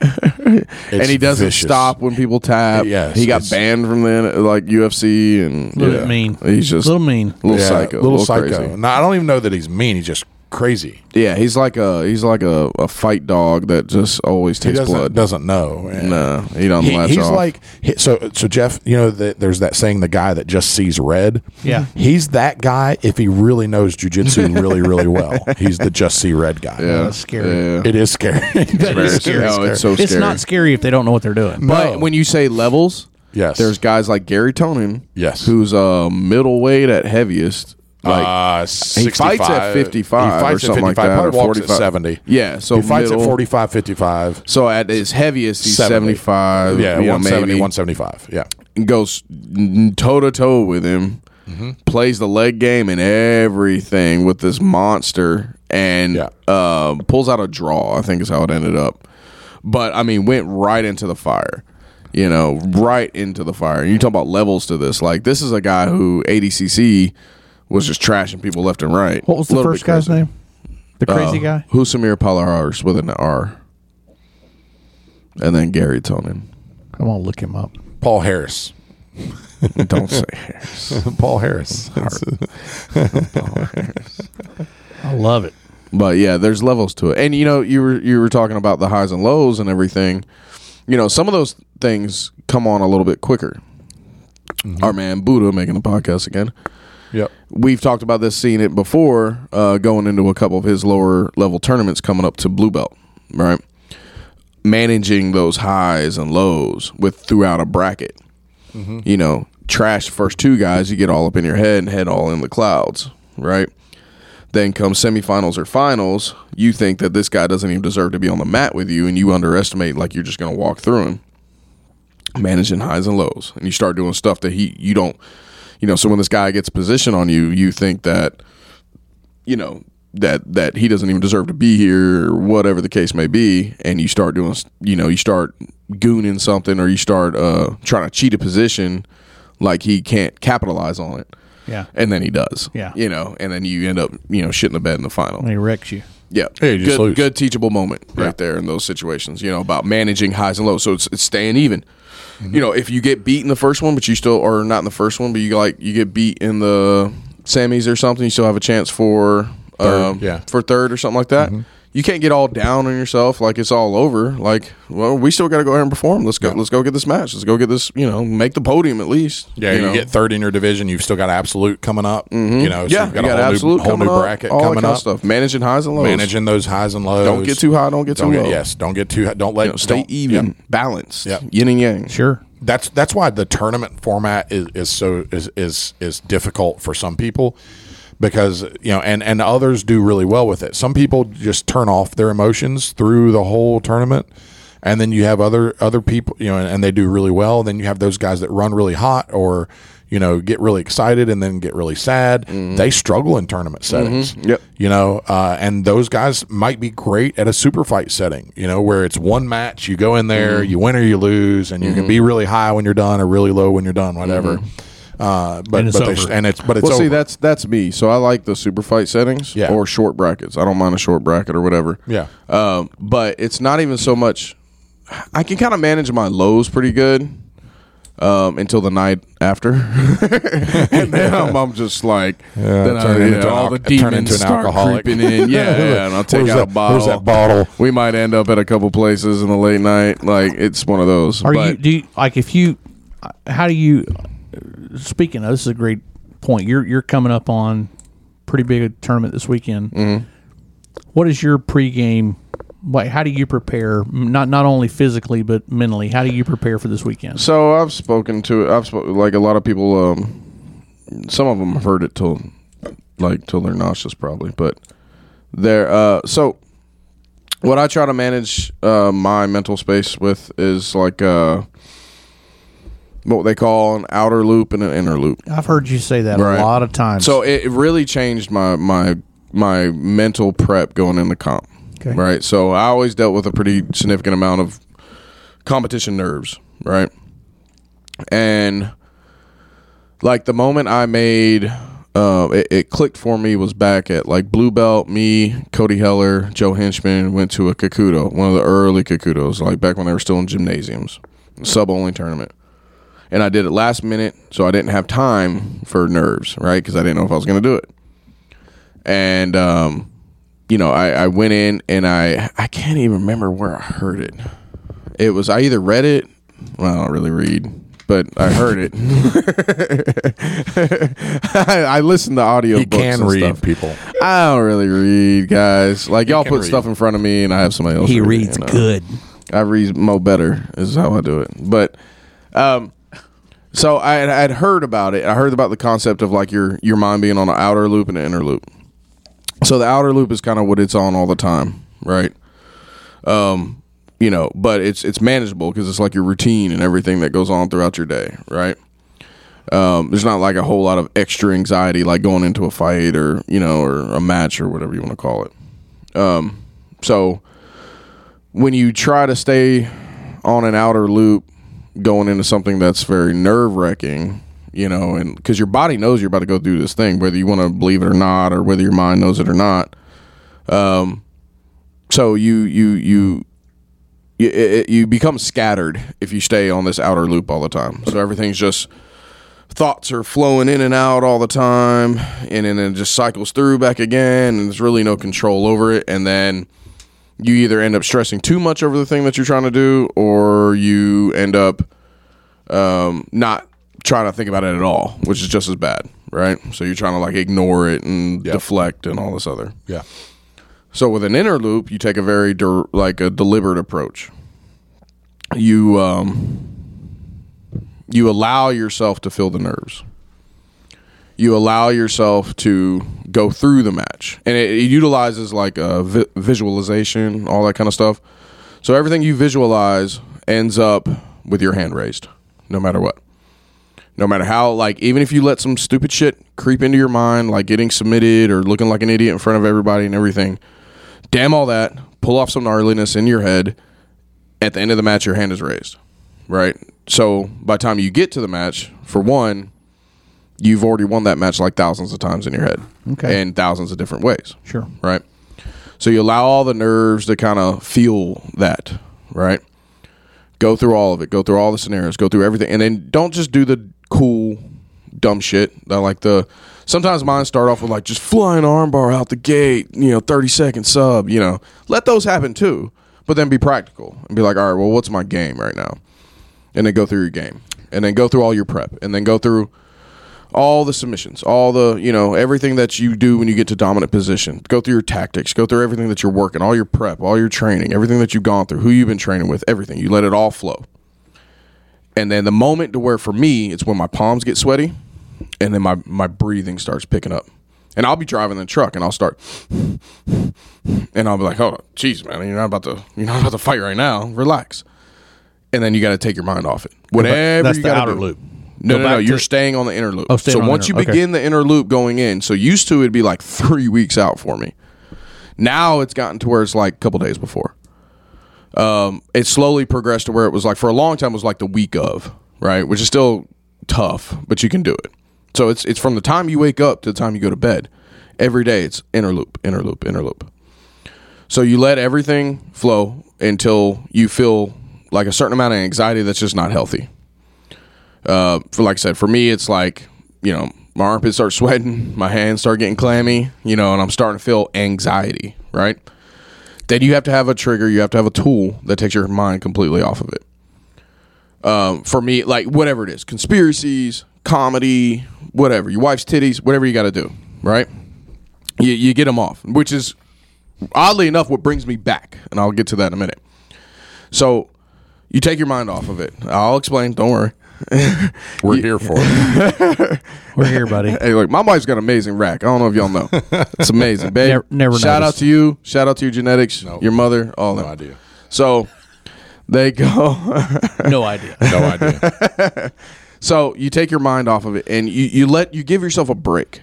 and he doesn't stop when people tap. Yes, he got it's- banned from the like UFC and Little yeah. bit mean. He's just little mean. little Yeah, psycho, little, psycho. crazy. No, I don't even know that he's mean. He's just crazy. Yeah, he's like a he's like a, a fight dog that just always He takes doesn't blood. doesn't know. And- Nah, he don't He- latch he's off. like he- so so jeff you know that there's that saying the guy that just sees red Yeah. he's that guy if he really knows [laughs] jujitsu really really well he's the just see red guy yeah, that's scary. Yeah. it is [laughs] scary That Very is scary. No, it's so It's scary. not scary if they don't know what they're doing. But No. when you say levels, yes there's guys like Gary Tonin, Yes. who's uh, middleweight at heaviest. Like uh, he fights 65. at fifty five. he fights or at 55 something Like that, or probably walks at 45. 70 Yeah, so he fights middle- at 45 55 So at his heaviest, he's 70. seventy five. yeah you know, 170 maybe. 175 yeah goes toe to toe with him, plays the leg game and everything with this monster, and Yeah. uh, pulls out a draw. I think is how it ended up. But I mean, went right into the fire. You know, right into the fire. And you talk about levels to this. Like this is a guy who ADCC was just trashing people left and right. What was the Little first bit guy's crazy. name? The Uh, crazy guy. Husamir Palahars with an R, and then Gary Tonin. I want to look him up. paul harris Don't say Harris. Paul Harris. I love it. But yeah, there's levels to it. And you know, you were you were talking about the highs and lows and everything. You know, some of those things come on a little bit quicker. Our man Buddha making the podcast again. yep. We've talked about this, seen it before, uh, going into a couple of his lower level tournaments coming up to blue belt, right? Managing those highs and lows with throughout a bracket. You know, trash the first two guys, you get all up in your head and head all in the clouds, right? Then come semifinals or finals, you think that this guy doesn't even deserve to be on the mat with you, and you underestimate like you're just going to walk through him. Managing highs and lows, and you start doing stuff that he you don't, you know. So when this guy gets position on you, you think that, you know that that he doesn't even deserve to be here, or whatever the case may be, and you start doing, s- you know, you start gooning something, or you start uh, trying to cheat a position, like he can't capitalize on it Yeah. and then he does. Yeah. You know, and then you end up, you know, shitting the bed in the final. And he wrecks you. Yeah. Yeah, you good, just lose. good teachable moment right there in those situations, you know, about managing highs and lows. So it's, it's staying even. Mm-hmm. You know, if you get beat in the first one, but you still or not in the first one, but you like you get beat in the semis or something, you still have a chance for um, yeah. Mm-hmm. for third or something like that. You can't get all down on yourself like it's all over. Like, well, we still got to go out and perform. Let's go. Let's go get this match. Let's go get this. You know, make the podium at least. Yeah, you, know? Mm-hmm. get third in your division. You've still got absolute coming up. You know, so yeah, you've got a whole absolute new, whole coming new up, bracket all that coming kind of up. stuff, managing highs and lows, Managing those highs and lows. Don't get too high, don't get too low. Yes, don't get too. high. Don't let You know, stay don't- even, yeah. balanced, Yeah. yin and yang. Sure. that's that's why the tournament format is, is so is, is is difficult for some people because you know and and others do really well with it some people just turn off their emotions through the whole tournament and then you have other other people you know and, and they do really well then you have those guys that run really hot or you know get really excited and then get really sad they struggle in tournament settings Mm-hmm. Yep. you know uh, and those guys might be great at a super fight setting you know where it's one match you go in there Mm-hmm. you win or you lose and you can be really high when you're done or really low when you're done whatever uh, but And it's but they over. sh- and it's but it's Mm-hmm. Well, see, over. that's that's me. So I like the super fight settings Yeah. or short brackets. I don't mind a short bracket or whatever. Yeah. Um, but it's not even so much. I can kind of manage my lows pretty good um, until the night after, [laughs] and then I'm, I'm [laughs] just like, then I, turn yeah, into an all al- the turn demons into an start alcoholic. creeping [laughs] in. Yeah, yeah, and I'll take Where's out a that- bottle. where's that bottle? We might end up at a couple places in the late night. Like it's one of those. Are but you do you, like if you how do you speaking of this is a great point. You're you're coming up on pretty big a tournament this weekend. Mm-hmm. What is your pregame like how do you prepare m- not not only physically but mentally? How do you prepare for this weekend? So I've spoken to I've spoken like a lot of people. Um, some of them have heard it till like till they're nauseous probably, but they're uh, so. What I try to manage uh, my mental space with is like uh, what they call an outer loop and an inner loop. I've heard you say that Right. a lot of times. So it it really changed my my my mental prep going into comp. Okay. Right. So I always dealt with a pretty significant amount of competition nerves. Right. And like the moment I made. Uh, it, it clicked for me was back at like blue belt me cody heller joe henchman went to a kakudo one of the early kakudos like back when they were still in gymnasiums sub only tournament and I did it last minute, so I didn't have time for nerves, right? Because I didn't know if I was going to do it. And um, you know, I, I went in and I I can't even remember where I heard it. It was I either read it, well, I don't really read, but I heard it. [laughs] I, I listened to audio. he can read people I don't really read, guys. Like y'all can put read. stuff in front of me, and I have somebody else. read it, you know? good. I read Mo better is how I do it. But um, so I had I'd heard about it. I heard about the concept of like your your mind being on an outer loop and an inner loop. So the outer loop is kind of what it's on all the time, right? Um, you know, but it's it's manageable because it's like your routine and everything that goes on throughout your day, right? Um, there's not like a whole lot of extra anxiety like going into a fight or you know or a match or whatever you want to call it. Um, so when you try to stay on an outer loop going into something that's very nerve wracking, you know, and because your body knows you're about to go through this thing, whether you want to believe it or not, or whether your mind knows it or not. Um, so you you you. You, it, it- you become scattered if you stay on this outer loop all the time. So everything's just thoughts are flowing in and out all the time, and then it just cycles through back again, and there's really no control over it. And then you either end up stressing too much over the thing that you're trying to do, or you end up um, not trying to think about it at all, which is just as bad, right? So you're trying to like ignore it and deflect and all this other. Yeah. So with an inner loop, you take a very der- like a deliberate approach. You um, you allow yourself to feel the nerves. You allow yourself to go through the match, and it, it utilizes like a vi- visualization, all that kind of stuff. So everything you visualize ends up with your hand raised, no matter what no matter how like even if you let some stupid shit creep into your mind like getting submitted or looking like an idiot in front of everybody and everything damn all that pull off some gnarliness in your head at the end of the match your hand is raised right so by the time you get to the match for one you've already won that match like thousands of times in your head Okay. in thousands of different ways Sure. right? So you allow all the nerves to kind of feel that, right? Go through all of it, go through all the scenarios, go through everything, and then don't just do the cool, dumb shit. I like the sometimes mine start off with like just flying armbar out the gate, you know, thirty second sub, you know, let those happen too, but then be practical and be like, all right, well, what's my game right now? And then go through your game, and then go through all your prep, and then go through all the submissions, all the you know everything that you do when you get to dominant position. Go through your tactics, go through everything that you're working, all your prep, all your training, everything that you've gone through, who you've been training with, everything. You let it all flow. And then the moment to where for me, it's when my palms get sweaty, and then my my breathing starts picking up. And I'll be driving the truck, and I'll start, and I'll be like, "Hold on, jeez, man, you're not about to you're not about to fight right now. Relax." And then you got to take your mind off it. Whatever that's you the gotta outer do. loop. No, no, Go no. back You're to- staying on the inner loop. Oh, staying so on the once you inner- okay. begin the inner loop going in, so used to it'd be like [laughs] three weeks out for me. Now it's gotten to where it's like a couple days before. Um, it slowly progressed to where it was like for a long time it was like the week of, right? Which is still tough, but you can do it. So it's it's from the time you wake up to the time you go to bed. Every day it's inner loop, inner loop, inner loop. So you let everything flow until you feel like a certain amount of anxiety that's just not healthy uh, for like I said, for me, it's like you know my armpits start sweating, my hands start getting clammy, you know, and I'm starting to feel anxiety. Right? Then you have to have a trigger. You have to have a tool that takes your mind completely off of it. Um, for me, like whatever it is, conspiracies, comedy, whatever your wife's titties, whatever you got to do, right? You you get them off, which is oddly enough what brings me back, and I'll get to that in a minute. So. You take your mind off of it. I'll explain. Don't worry. [laughs] We're here for it. We're here, buddy. [laughs] Hey, look, my wife's got an amazing rack. I don't know if y'all know. [laughs] It's amazing, babe. Never- never Shout noticed. out to you. Shout out to your genetics, your mother, all No that. [laughs] idea. So they go. No idea. No idea. so you take your mind off of it, and you you let you give yourself a break.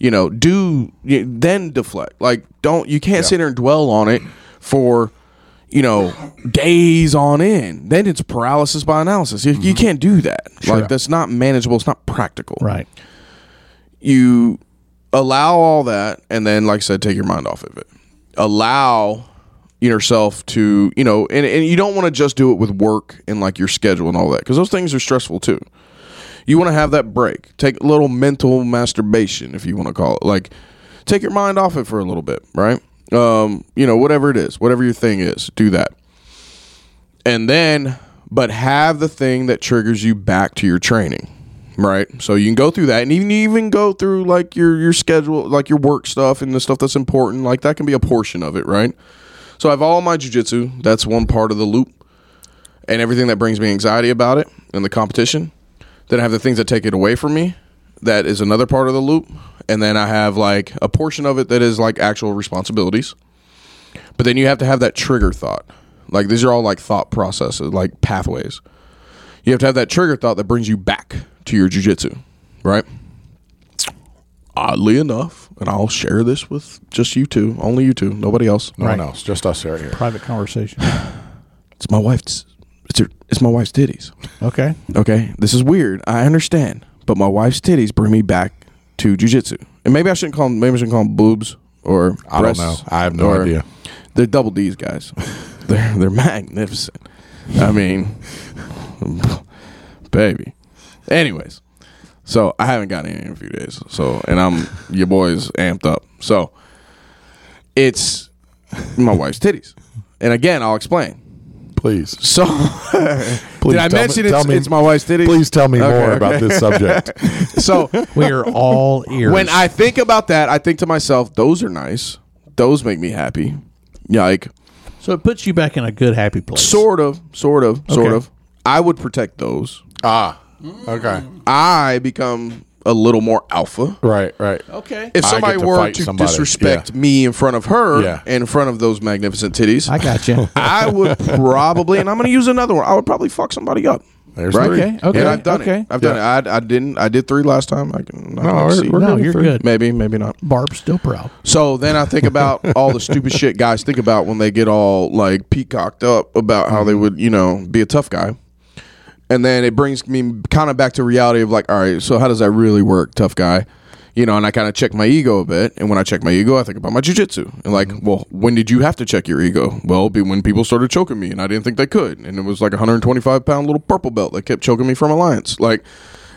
You know, do you, then deflect. Like, don't you can't sit there and dwell on it for you know days on end. Then it's paralysis by analysis. You, you can't do that. Like that's not manageable. It's not practical. Right. you allow all that and then like i said take your mind off of it allow yourself to you know and, and you don't want to just do it with work and like your schedule and all that because those things are stressful too you want to have that break take a little mental masturbation if you want to call it like take your mind off it for a little bit right um you know whatever it is whatever your thing is do that and then but have the thing that triggers you back to your training right so you can go through that and even even go through like your your schedule like your work stuff and the stuff that's important like that can be a portion of it right so i have all my jiu-jitsu that's one part of the loop and everything that brings me anxiety about it and the competition then i have the things that take it away from me that is another part of the loop and then i have like a portion of it that is like actual responsibilities but then you have to have that trigger thought. Like these are all like thought processes, like pathways. You have to have that trigger thought that brings you back to your jujitsu, right? Oddly enough, and I'll share this with just you two, only you two, nobody else. No Right. one else. Just us right here. Private conversation. It's my wife's. It's her, It's my wife's titties. Okay. Okay, this is weird. I understand, but my wife's titties bring me back to jujitsu, and maybe I shouldn't call them. Maybe I shouldn't call them boobs or I don't know. breasts I have no or- idea. They're double D's guys. [laughs] They're they're magnificent. [laughs] I mean, baby. Anyways, So I haven't gotten any in a few days. So and I'm your boy's amped up. So it's my wife's titties. And again, I'll explain. Please, So [laughs] please did I tell mention me, it's, tell me- it's my wife's titties? Please tell me Okay, more okay. about this [laughs] subject. [laughs] So We [laughs] are all ears. when I think about that, I think to myself, those are nice. Those make me happy. Like so it puts you back in a good happy place. sort of, sort of, sort Okay. of. I would protect those. ah, okay, I become a little more alpha. right, right. okay. If I somebody get to were fight to somebody, disrespect yeah. me in front of her Yeah. and in front of those magnificent titties, I got [laughs] you. I would probably, and I'm going to use another one. I would probably fuck somebody up. There's Right? three. Okay, okay. And I've done okay. it. I've done it. I, I didn't. I did three last time. I can. No, I can we're- see. we're No, good with you're three. good. Maybe. Maybe not. Barb's still proud. So then I think about all the stupid shit guys think about when they get all like peacocked up about how they would, you know, be a tough guy. And then it brings me kind of back to reality of like, all right, so how does that really work, tough guy? You know, and I kind of check my ego a bit. And when I check my ego, I think about my jujitsu. And like, well, when did you have to check your ego? Well, it'd be when people started choking me and I didn't think they could. And it was like a 125 pound little purple belt that kept choking me from Alliance. Like,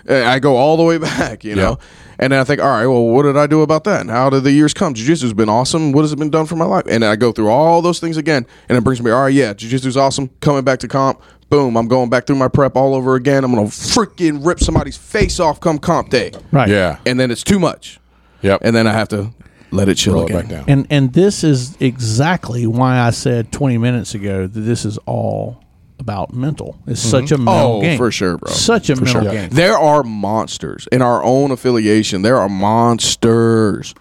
eh, I go all the way [laughs] back, you know? And then I think, all right, well, what did I do about that? And how did the years come? Jiu-Jitsu has been awesome. What has it been done for my life? And I go through all those things again. And it brings me, all right, yeah, Jiu-Jitsu's awesome. Coming back to comp. Boom, I'm going back through my prep all over again. I'm going to freaking rip somebody's face off come comp day. Right. Yeah. And then it's too much. Yep. And then I have to let it chill roll it again. back down. And and this is exactly why I said 20 minutes ago that this is all about mental. It's such a mental Oh, game. for sure, bro. Such a mental game. There are monsters in our own affiliation. There are monsters,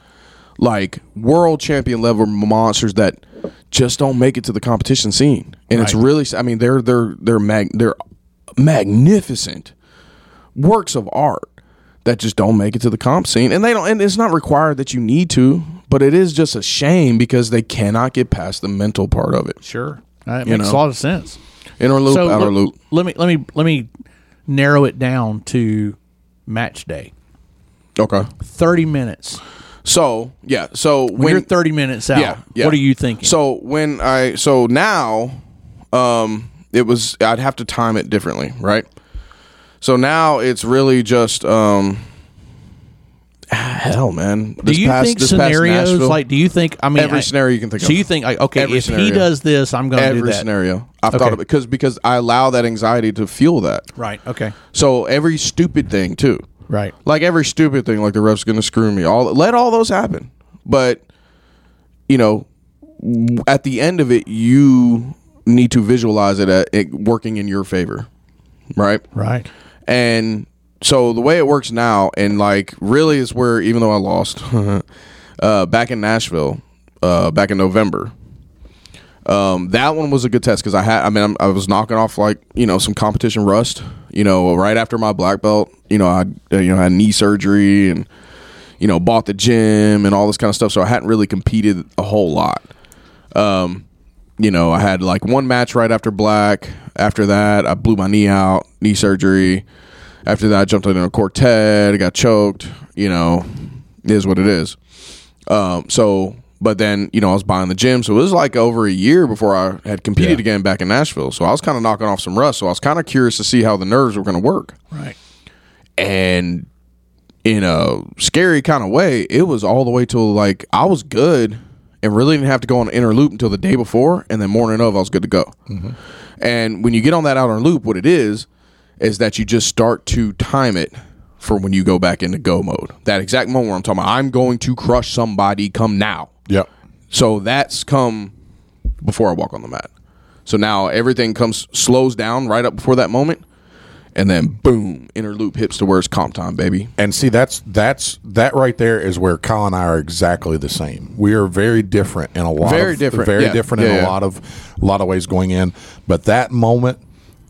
like world champion level monsters that just don't make it to the competition scene. And it's really, I mean, they're they're they're mag they're magnificent works of art that just don't make it to the comp scene, and they don't. And it's not required that you need to, but it is just a shame because they cannot get past the mental part of it. Sure. That makes know. a lot of sense. Inner loop, so outer let, loop. let me let me let me narrow it down to match day. Okay. 30 minutes. So yeah. So when, You're 30 minutes out. Yeah, yeah. What are you thinking? So when I so now, um, it was I'd have to time it differently, right? So now it's really just um, hell, man. This do you think past scenarios Nashville, like do you think I mean Every I- scenario you can think so of. you think like okay Every if he scenario. does this I'm going to do every that. scenario I've Okay. thought of it because because I allow that anxiety to fuel that. Right. Okay. So every stupid thing too. Right. like every stupid thing like the ref's gonna screw me all let all those happen but you know w- at the end of it you need to visualize it, at, it working in your favor right Right. and so the way it works now and like really is where even though i lost [laughs] uh, back in nashville uh, back in november um, that one was a good test because I had, I mean, I'm, I was knocking off like you know some competition rust. You know, right after my black belt, you know, I uh, you know had knee surgery and you know bought the gym and all this kind of stuff. So I hadn't really competed a whole lot. Um, you know, I had like one match right after black. After that, I blew my knee out, knee surgery. After that, I jumped into a quartet. I got choked. You know, it is what it is. Um, so, but then you know, I was buying the gym, so it was like over a year before I had competed again back in Nashville. So I was kind of knocking off some rust. So I was kind of curious to see how the nerves were going to work. Right. And in a scary kind of way, it was all the way till like I was good and really didn't have to go on an inner loop until the day before, and then morning of I was good to go. And when you get on that outer loop, what it is is that you just start to time it for when you go back into go mode. That exact moment where I'm talking about, I'm going to crush somebody. Come now. Yep. So that's come before I walk on the mat. So now everything comes slows down right up before that moment, and then boom, inner loop hits to where it's comp time, baby. And see, that's that's that right there is where Kyle and I are exactly the same. We are very different in a lot, Very of, different, very yeah. different in Yeah, a yeah. lot of a lot of ways going in. But that moment,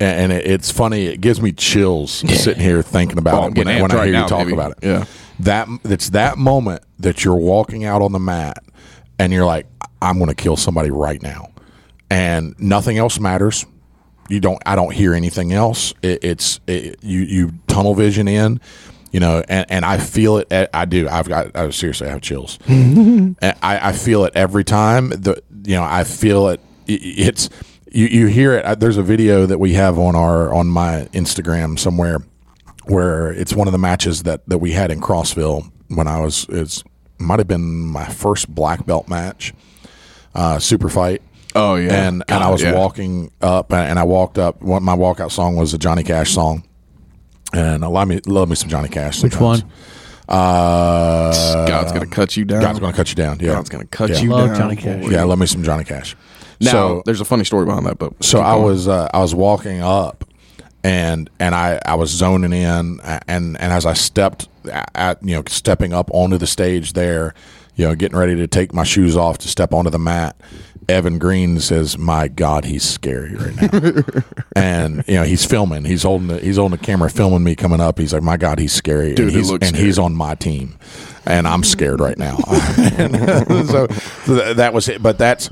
and, and it, it's funny, it gives me [laughs] chills sitting here thinking about Oh, I'm it when, getting I- when amped I right hear now, you talk baby. about it. Yeah. that it's that moment that you're walking out on the mat, and you're like, I'm going to kill somebody right now, and nothing else matters you don't I don't hear anything else. It, it's it, you you tunnel vision in, you know, and, and I feel it. At, I do. I've got. I seriously have [laughs] chills. And I, I feel it every time. The you know I feel it. i- i- It's you you hear it. Uh, There's a video that we have on our on my Instagram somewhere where it's one of the matches that, that we had in Crossville when I was it's might have been my first black belt match, uh, super fight. Oh, yeah. and and God, I was yeah. walking up and, and I walked up. What my walkout song was a Johnny Cash song, and I love me love me some Johnny Cash. Which sometimes. one? Uh, God's gonna cut you down. God's gonna cut you down. Yeah, God's gonna cut Yeah. you Love down. Johnny Cash. Yeah, love me some Johnny Cash. Now, so, there's a funny story behind that, but so keep I going. was uh, I was walking up, and and I, I was zoning in, a- and and as I stepped, at, you know, stepping up onto the stage there, you know, getting ready to take my shoes off to step onto the mat. Evan Green says, "My God, he's scary right now," and you know he's filming. He's holding the he's holding the camera, filming me coming up. He's like, "My God, he's scary," Dude, and, it he's, looks and he's on my team, and I'm scared right now. [laughs] so, so th- that was it. But that's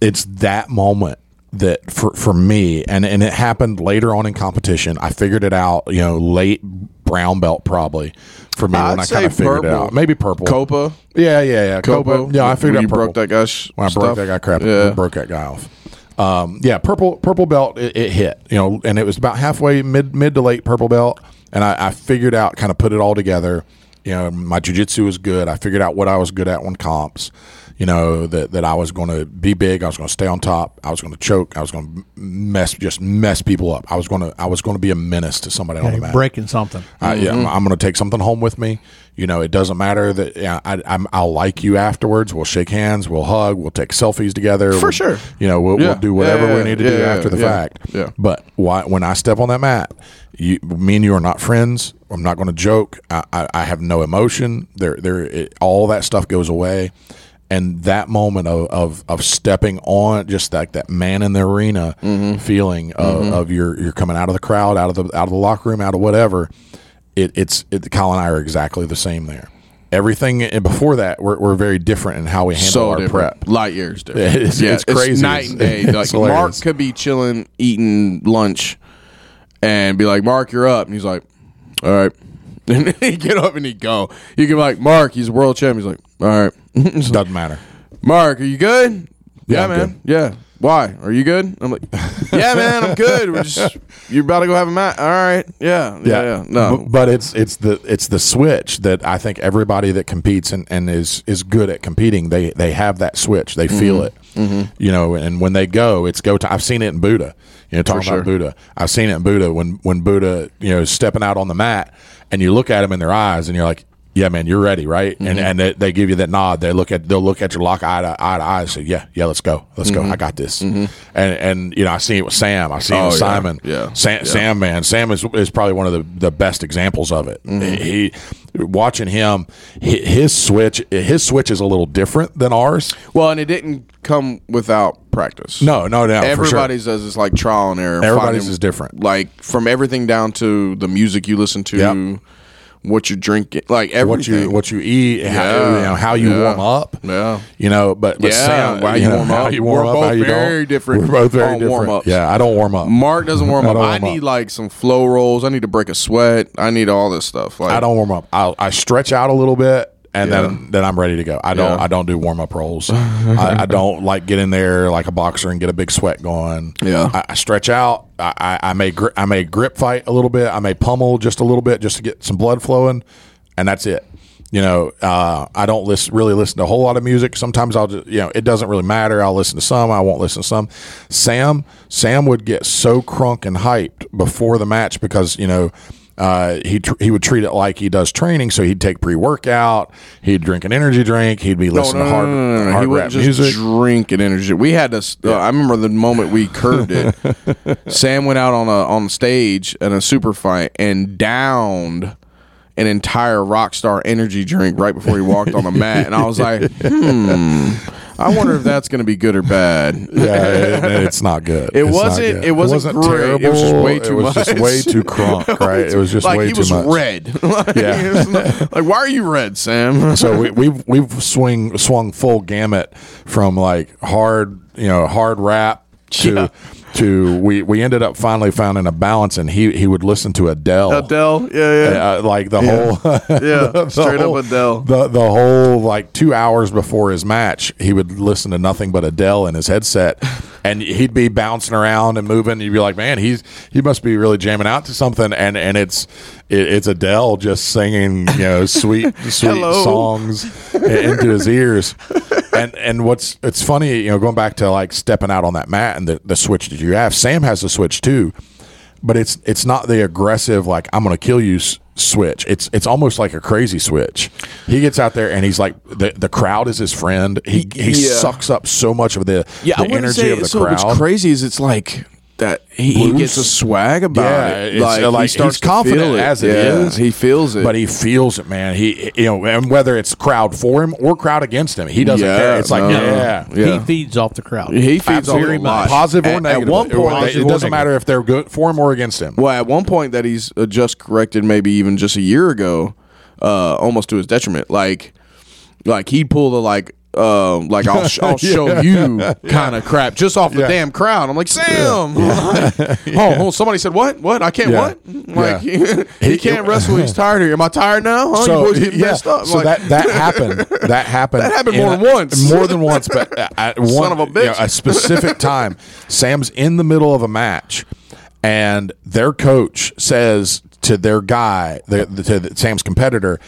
it's that moment that for for me and and it happened later on in competition i figured it out you know late brown belt probably for me I'd when i say kind of figured it purple. out maybe purple Copa. yeah yeah yeah copa, Copa. yeah i When figured you out purple. broke that guy's when i stuff. broke that guy crap Yeah. broke that guy off um yeah purple purple belt it, it hit you know and it was about halfway mid mid to late purple belt and i, I figured out kind of put it all together you know my jujitsu was good i figured out what i was good at when comps you know that that I was going to be big. I was going to stay on top. I was going to choke. I was going to mess just mess people up. I was going to I was going to be a menace to somebody on the You're mat. breaking something. I, yeah, Mm-hmm. I'm, I'm going to take something home with me. You know, it doesn't matter that yeah, I, I'm, I'll like you afterwards. We'll shake hands. We'll hug. We'll take selfies together. For sure. You know, we'll, Yeah. we'll do whatever Yeah, we need to yeah, do yeah, after the yeah, fact. yeah. But why, when I step on that mat, you, me and you are not friends. I'm not going to joke. I, I, I have no emotion. There, there, it, all that stuff goes away. And that moment of, of, of stepping on, just like that man in the arena Mm-hmm. feeling of, of your you're coming out of the crowd, out of the out of the locker room, out of whatever. It, it's it, Kyle and I are exactly the same there. Everything and before that, we're, we're very different in how we handle so our different. prep. [laughs] Light years different. It is- it's crazy. night [laughs] and day. It's like hilarious. Mark could be chilling, eating lunch, and be like, "Mark, you're up," and he's like, "All right." [laughs] And he get up and he go. You can be like, "Mark, he's world champ." He's like, "All right." [laughs] It's like, Doesn't matter. Mark, are you good? Yeah, I'm man. good. Yeah. Why? Are you good? [laughs] I'm like, yeah, man, I'm good. We're just you're about to go have a match. All right. Yeah. Yeah. yeah. No. B- but it's it's the it's the switch that I think everybody that competes and, and is is good at competing they they have that switch they Mm-hmm. feel it you know and when they go it's go time I've seen it in Buddha you know talking sure. about Buddha I've seen it in Buddha when when Buddha you know is stepping out on the mat and you look at him in their eyes and you're like yeah man you're ready right Mm-hmm. and and they, they give you that nod they look at they'll look at your lock eye to eye to eye and say yeah yeah let's go let's Mm-hmm. go I got this and and you know I seen it with Sam I seen it Oh, with yeah. Simon Yeah. Sam, Yeah. Sam man Sam is, is probably one of the, the best examples of it Mm-hmm. he watching him hi- his switch his switch is a little different than ours Well, and it didn't come without practice. no no no Oh, for sure. Everybody's does is like trial and error. Everybody's Finding- is different. Like from everything down to the music you listen to, Yep. what you drink, what like everything. you what you eat how, Yeah. you know, how you Yeah. warm up Yeah. you know but, but Yeah, Sam how you know, warm how up. you warm We're up how both you don't. very different we're both very on different warm-ups. yeah I don't warm up Mark doesn't [laughs] warm I up. don't I warm up. need like some flow rolls. I need to break a sweat. I need all this stuff. Like I don't warm up. I, I stretch out a little bit, and Yeah. then then I'm ready to go. I don't Yeah. I don't do warm up [laughs] rolls. I, I don't like get in there like a boxer and get a big sweat going. Yeah. I, I stretch out. I, I, I may gri- I may grip fight a little bit. I may pummel just a little bit just to get some blood flowing, and that's it. You know, uh, I don't listen, really listen to a whole lot of music. Sometimes I'll just, you know, it doesn't really matter. I'll listen to some. I won't listen to some. Sam, Sam would get so crunk and hyped before the match because you know uh, he tr- he would treat it like he does training. So he'd take pre workout. He'd drink an energy drink. He'd be listening No, to hard, no, no, no, hard no. he rap wouldn't just music. drink and energy. We had to. s- Uh, I remember the moment we [laughs] curved it. Sam went out on a on stage in a super fight and downed an entire Rockstar energy drink right before he walked on the mat, and I was like, hmm. I wonder if that's going to be good or bad. yeah, it, it's not good. It It's not wasn't- good. it wasn't great. It was just way too It was just much. way too [laughs] crunk. Right. It was just like way he too was much. red. [laughs] like, Yeah. it's not- like why are you [laughs] red, Sam? so we, we've we've swing swung full gamut from like hard you know hard rap to to we we ended up finally finding a balance, and he he would listen to Adele. Adele. Yeah, yeah. Uh, like the whole [laughs] Yeah, the- the straight up whole- Adele. The the whole like two hours before his match, he would listen to nothing but Adele in his headset, and he'd be bouncing around and moving. You'd be like, man, he's he must be really jamming out to something, and and it's it, it's Adele just singing you know sweet [laughs] sweet Hello. songs i- into his ears. And and what's it's funny, you know, going back to like stepping out on that mat and the, the switch that you have. Sam has the switch too but it's it's not the aggressive like I'm going to kill you s- switch. It's it's almost like a crazy switch. He gets out there and he's like the the crowd is his friend. He he Yeah. sucks up so much of the yeah the I wouldn't energy say, of the so crowd. What's crazy is it's like that he, he Bruce? gets a swag about yeah, it. it's like, he starts he's to feel confident as it is. Yeah, He feels it. but he feels it, man. He you know, and whether it's crowd for him or crowd against him, he doesn't Yeah, care. It's like no. yeah, Yeah. Uh, He feeds off the crowd. he feeds off Absolutely. a lot. positive At- or negative. At one point, it, Positive or doesn't negative. matter if they're good for him or against him. Well, at one point that he's uh, just corrected, maybe even just a year ago, uh, almost to his detriment. Like, like he pulled a like, uh, like I'll, sh- [laughs] I'll show you kind of crap just off the Yeah. damn crowd. I'm like Sam. [laughs] [laughs] oh, oh, somebody said what? What? I can't Yeah. what? Like Yeah. [laughs] he, He- can't wrestle. He's tired here. Am I tired now? Huh? you boys getting messed up. I'm So like, that that happened. That happened. [laughs] That happened in more a- than once. More than once, but uh, at one, [laughs] Son of a bitch. a [laughs] specific time. Sam's in the middle of a match, and their coach says to their guy, the, the, to the, Sam's competitor,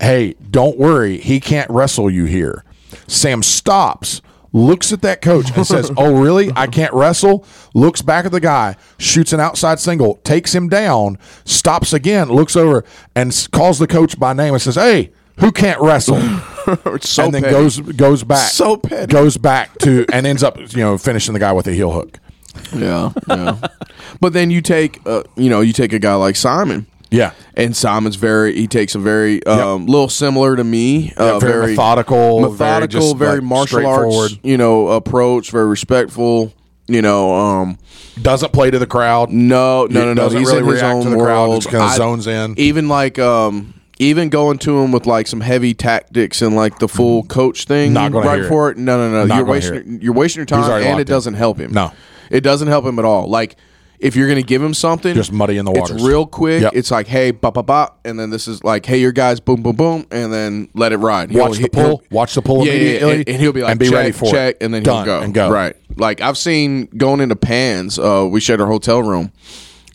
"Hey, don't worry, he can't wrestle you here." Sam stops. Looks at that coach and says, [laughs] "Oh, really? I can't wrestle." Looks back at the guy, shoots an outside single, takes him down, stops again, looks over and s- calls the coach by name and says, "Hey, who can't wrestle?" [laughs] it's so and then petty. goes goes back So petty. goes back to and ends up you know finishing the guy with a heel hook Yeah, [laughs] yeah. but then you take, uh, you know, you take a guy like Simon. yeah and Simon's very he takes a very um, little similar to me, uh, very methodical, very methodical, just, very, like, martial straightforward. arts, you know, approach, very respectful. You know, um, doesn't play to the crowd no, no, He no, no. doesn't He's really in his react own to the crowd, world. just kinda I- zones in. Even like, um, even going to him with like some heavy tactics and like the full coach thing Mm-hmm. Not gonna right hear it. before it. No, no, no. Not you're gonna wasting hear you're wasting your time, already and locked it in. doesn't help him. No. it doesn't help him at all. Like. If you're gonna give him something, Just muddy in the it's waters. real real quick. Yep. It's like, hey, bop, bop, bop, and then this is like, hey, your guys, boom, boom, boom, and then let it ride. He'll- watch the pull he'll- watch the pull yeah, yeah, immediately and, and he'll be like, and be check, ready for check, it and then Done, he'll go and go right. Like I've seen going into Pans, uh, we shared our hotel room,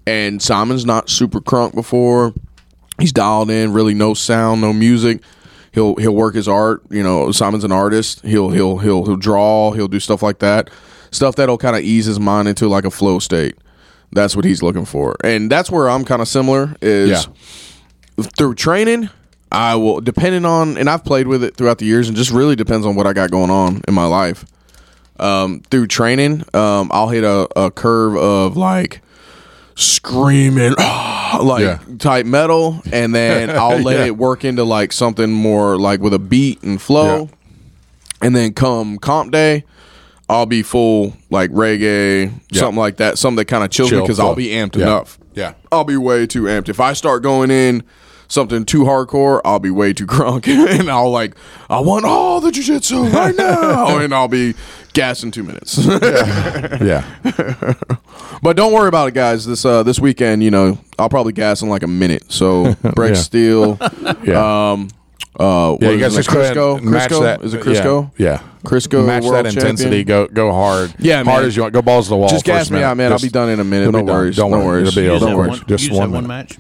and Simon's not super crunk before. He's dialed in, really no sound, no music. He'll he'll work his art. You know, Simon's an artist. He'll he'll he'll he'll draw. He'll do stuff like that, stuff that'll kind of ease his mind into like a flow state. That's what he's looking for, and that's where I'm kind of similar. Is Yeah. through training i will depending on and i've played with it throughout the years and just really depends on what i got going on in my life um, through training um, i'll hit a, a curve of like screaming [sighs] like Yeah. type metal and then i'll let it work into like something more like with a beat and flow and then come comp day i'll be full like reggae Yeah. something like that something that kind of chills me Chill because flow. i'll be amped Yeah. enough Yeah. I'll be way too amped. If I start going in something too hardcore, I'll be way too [laughs] crunk, and I'll like, I want all the jujitsu right [laughs] now, and I'll be gassed in two minutes. [laughs] [laughs] Uh, yeah but don't worry about it, guys. This uh, this weekend, you know, I'll probably gas in like a minute. [laughs] So Breck Yeah. [laughs] Steel, yeah um, uh, what yeah is you guys it, just go ahead Crisco, and match Crisco? that Is it Crisco? yeah, yeah. Crisco match world that intensity champion. go go hard Yeah, hard man. as you want go balls to the wall Just first gas me minute. out, man. I'll Just- be done in a minute. It'll be No done. worries. Don't No worry. worries. It'll be You over. just Don't have worry. one- you Just just have one one minute. match.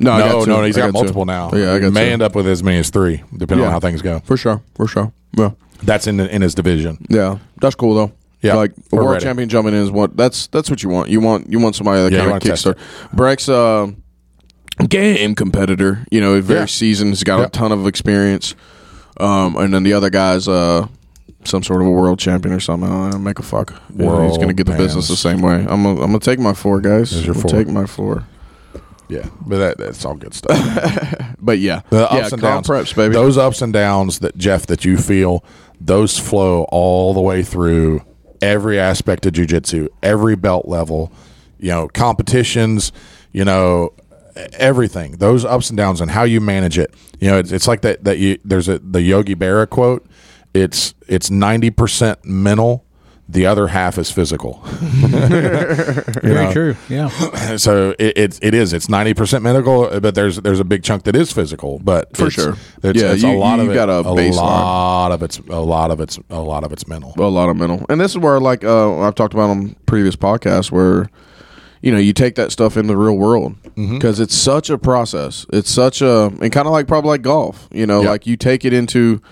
No, I no two. no he's I got two. multiple now Yeah, I got he may two. end up with as many as three depending on Yeah. how things go for sure, for sure. Yeah. that's in the, in his division Yeah, that's cool though. Yeah, like a we're world ready. champion jumping in is what that's that's what you want. You want you want somebody that Yeah, you kind of wanna test kickstart. Breck's uh, game competitor. You know, very Yeah. seasoned. He's got Yeah. a ton of experience. Um, and then the other guy's uh, some sort of a world champion or something. I don't make a fuck. Yeah, he's gonna World get the business pants. the same way. I'm gonna, I'm gonna take my four guys. There's your I'm four. Take my four. yeah but that, that's all good stuff But yeah, The yeah, ups and comp downs, preps, baby. Those ups and downs that Jeff that you feel, those flow all the way through every aspect of jujitsu, every belt level, you know, competitions, you know, everything. Those ups and downs and how you manage it. You know, it's, it's like that that you there's a the Yogi Berra quote. It's it's ninety percent mental, The other half is physical. [laughs] Very true. Yeah. [clears throat] so it, it it is. It's ninety percent medical, but there's there's a big chunk that is physical. But for sure. it's, Yeah, it's a you- lot you of it, got a baseline. lot of it's a lot of it's a lot of it's mental. a lot of mental. And this is where, like, uh, I've talked about on previous podcasts, where you know you take that stuff in the real world Mm-hmm. because it's such a process. It's such a and kind of like probably like golf. You know, Yeah. like you take it into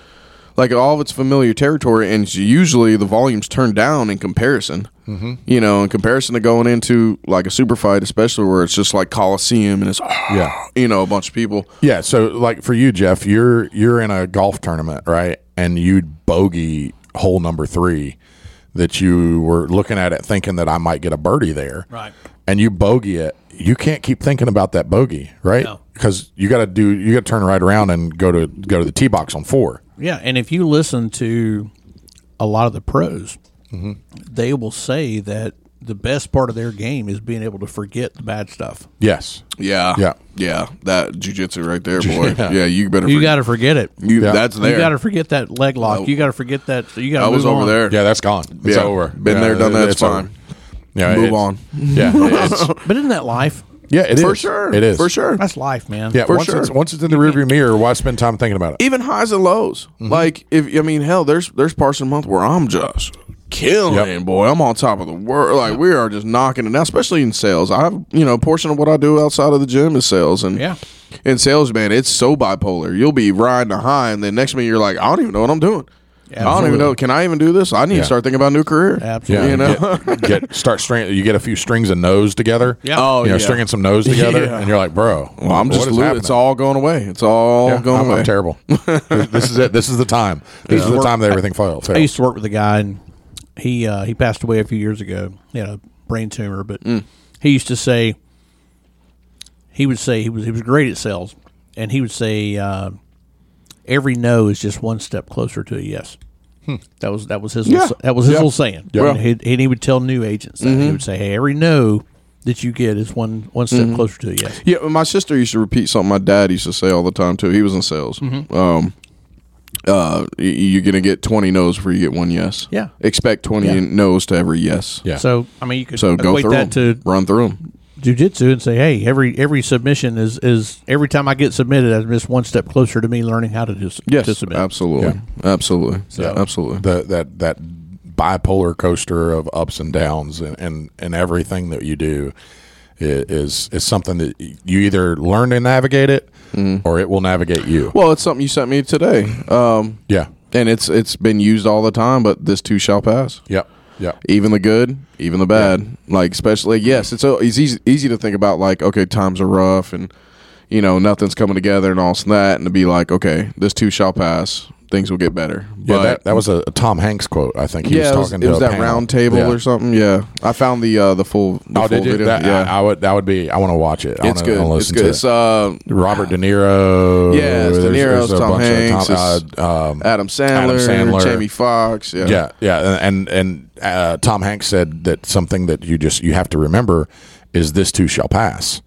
like all of its familiar territory, and it's usually the volume's turned down in comparison. Mm-hmm. You know, in comparison to going into like a super fight, especially where it's just like Coliseum and it's Yeah. you know, a bunch of people. Yeah, so like for you, Jeff, you're you're in a golf tournament, right? And you bogey hole number three that you were looking at it thinking that I might get a birdie there. Right. And you bogey it, you can't keep thinking about that bogey, right? No. Because you gotta do you gotta turn right around and go to go to the tee box on four. Yeah, and if you listen to a lot of the pros, Mm-hmm. they will say that the best part of their game is being able to forget the bad stuff. Yes. Yeah, Yeah. yeah. That jujitsu right [laughs] there, boy. yeah. you better. You forget- got to forget it. You, Yeah. That's there. You got to forget that leg lock. You got to forget that. You got. I was over there. Yeah, that's gone. It's Yeah. over. Been Yeah, there, done that, it's it's fine. over. Yeah, Move it's- on. Yeah, [laughs] it's, But isn't that life? yeah, it is For sure. It is For sure. That's life, man. Yeah, For once sure. it's once it's in the [laughs] rearview mirror, why spend time thinking about it? Even highs and lows. Like if I mean, hell, there's there's parts of the month where I'm just killing, Yep. boy. I'm on top of the world. Like we are just knocking it out, especially in sales. I have you know, a portion of what I do outside of the gym is sales and Yeah. In sales, man, it's so bipolar. You'll be riding a high, and then next minute you're like, I don't even know what I'm doing. I don't even Absolutely. know. Can I even do this? I need Yeah. to start thinking about a new career. Absolutely. You know? get, get- start string. You get a few strings of nose together. Yeah. [laughs] Oh, you know, yeah. stringing some nose together, [laughs] Yeah. and you're like, bro, Well, I'm what just. is lo- happening? It's all going away. It's all Yeah, going I'm, away. I'm [laughs] terrible. this this is it. This is the time. This is the time that everything fails. I used to work with a guy, and he uh, he passed away a few years ago. He had a brain tumor, but Mm. he used to say he would say he was he was great at sales, and he would say uh, every no is just one step closer to a yes. That was that was his Yeah. Mm-hmm. little, that was his Yeah. little saying. Yeah. And, he, and he would tell new agents that he would say, "Hey, every no that you get is one one step Mm-hmm. closer to a yes." Yeah, my sister used to repeat something my dad used to say all the time too. He was in sales. Mm-hmm. Um, uh, y- you're gonna get twenty no's before you get one yes. Yeah. expect twenty Yeah. no's to every yes. Yeah. So I mean, you could So go equate through that them. to Run through them. jujitsu and say, "Hey, every every submission is is every time I get submitted, I'm just one step closer to me learning how to do s- Yes, uh, to submit." absolutely, absolutely, absolutely. the, that that bipolar coaster of ups and downs and and, and everything that you do i- is is something that you either learn to navigate it or it will navigate you. Mm-hmm. Well, it's something you sent me today, um, yeah. and it's it's been used all the time. But this too shall pass. Yep. Yep. even the good, even the bad. Like especially yes, it's, so- it's easy easy to think about like okay, times are rough and you know nothing's coming together and all this and that, and to be like okay, this too shall pass, things will get better. Yeah, that, that was a, a Tom Hanks quote. I think he yeah, was it talking was, to it was a that panel. round table Yeah. or something. Yeah, I found the uh, the full the Oh, full did you? video. That, yeah. I, I would. That would be. I want to watch it. I it's wanna, I good. wanna It's listen good. to It's uh, it. Robert De Niro. Yeah, it's De Niro's, Tom Hanks, it's- uh, um, Adam Sandler, Sandler. Jamie Foxx. Yeah. yeah, yeah, and and uh, Tom Hanks said that something that you just you have to remember is this too shall pass.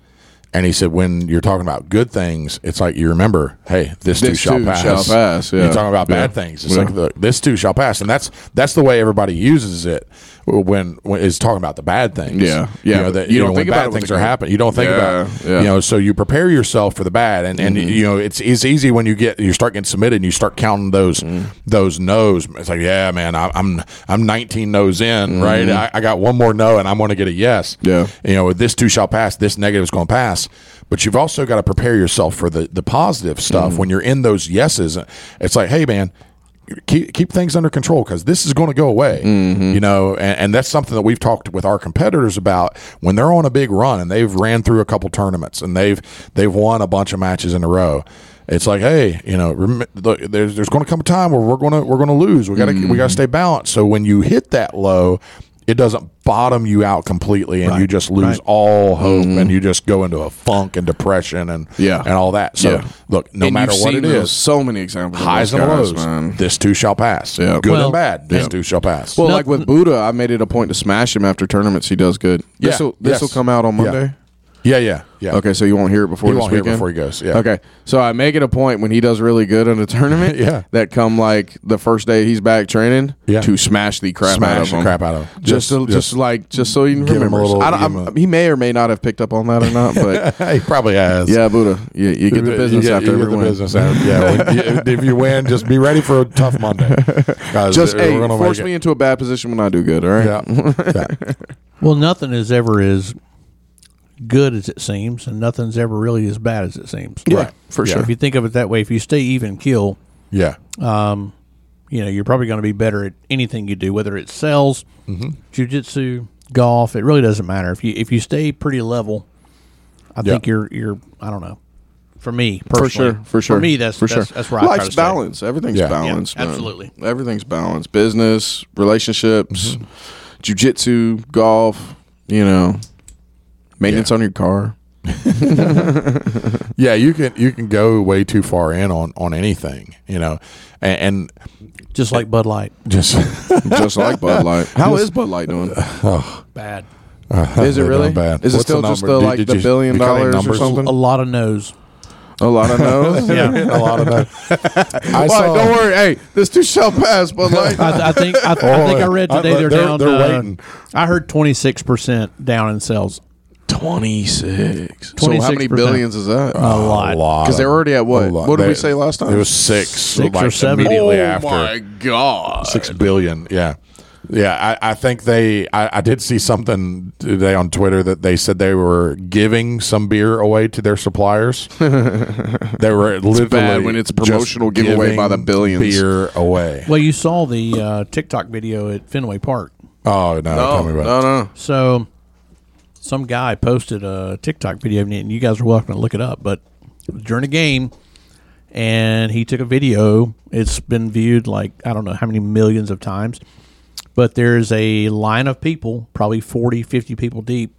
And he said, when you're talking about good things, it's like you remember, hey, this, too This shall too pass. shall pass, yeah. You're talking about bad Yeah. things. It's Yeah. like the, this too shall pass, and that's that's the way everybody uses it when, when is talking about the bad things. Yeah, yeah, You know, but that, you you don't know, think when about it bad with things the are good. happening. You don't think Yeah, about yeah. you know. So you prepare yourself for the bad, and and you know it's it's easy when you get you start getting submitted, and you start counting those those no's. It's like, yeah, man, I, I'm I'm 19 no's in, right? I, I got one more no, and I'm going to get a yes. Yeah. you know, this too shall pass. This negative is going to pass, but you've also got to prepare yourself for the the positive stuff when you're in those yeses. It's like, hey, man. Keep, keep things under control because this is going to go away you know and, and that's something that we've talked with our competitors about when they're on a big run and they've ran through a couple tournaments and they've they've won a bunch of matches in a row it's like hey you know rem- look, there's, there's going to come a time where we're going to we're going to lose we got to we got to stay balanced so when you hit that low it doesn't bottom you out completely and you just lose all hope and you just go into a funk and depression and Mm-hmm. Yeah. and all that so Yeah. look no And matter you've what seen it those- is so many examples. of highs those and guys, lows man. this too shall pass Yeah. good Well- and bad this too shall pass Well, like with Buddha, I made it a point to smash him after tournaments. He does good. This will Yeah, this will yes. come out on Yeah. Monday. Yeah, yeah, yeah. Okay, so you won't hear it before You this won't hear it weekend? before he goes. Yeah. Okay, so I make it a point when he does really good in a [laughs] tournament. Yeah. That come like the first day he's back training. Yeah. To smash the crap out of Smash the him. crap out of him. Just- Just, to, just, just like just so you can give him a remember. little- I don't, give him I'm- he may or may not have picked up on that or [laughs] not, but he probably has. yeah, Buddha, you, you get the business you get, after you get every the win. business after. [laughs] Yeah, when, if you win, just be ready for a tough Monday. 'Cause Just we're hey, gonna force make me it. into a bad position when I do good. All right. Yeah, yeah. Well, nothing is ever as good as it seems, and nothing's ever really as bad as it seems. Yeah, for Yeah. sure. If you think of it that way, if you stay even kill, yeah. um, you know, you're probably going to be better at anything you do, whether it's sales, Mm-hmm. jujitsu, golf. It really doesn't matter if you if you stay pretty level. I think you're you're. I don't know. For me, For personally, sure, for sure, me, that's for that's, sure. that's right. Life's balance. Everything's Yeah. Yeah, balanced. man. absolutely. Everything's balanced. Business, relationships, Mm-hmm. jujitsu, golf. You know, maintenance on your car. Yeah, you can you can go way too far in on on anything, you know, and, Just like Bud Light, and just just like [laughs] Bud Light. How is Bud Light doing? bad. Is it they're really? doing bad. Is it What's the still just number? the Did- like did the you- billion you got any dollars or numbers? something? A lot of no's. A [laughs] lot of no's. a lot of that. [laughs] I All right, don't worry. Hey, this too shall pass. [laughs] Bud Light. I, th- I think I, th- I think I read Oh, today they're, they're- down. they're uh, waiting. I heard twenty six percent down in sales. Twenty six. So how many 26%. billions is that? A lot. Because they were already at what? What did we say last time? It was six, Six like, or seven. immediately oh after. my god. Six billion, yeah, yeah. I, I think they. I, I did see something today on Twitter that they said they were giving some beer away to their [laughs] suppliers. they were literally bad when it's just promotional giveaway by the giving billions. beer away. Well, you saw the uh, TikTok video at Fenway Park. Oh no! No, tell me about no, it. no. So, some guy posted a TikTok video, and you guys are welcome to look it up. But during a game, and he took a video. It's been viewed like I don't know how many millions of times. But there's a line of people, probably 40, 50 people deep,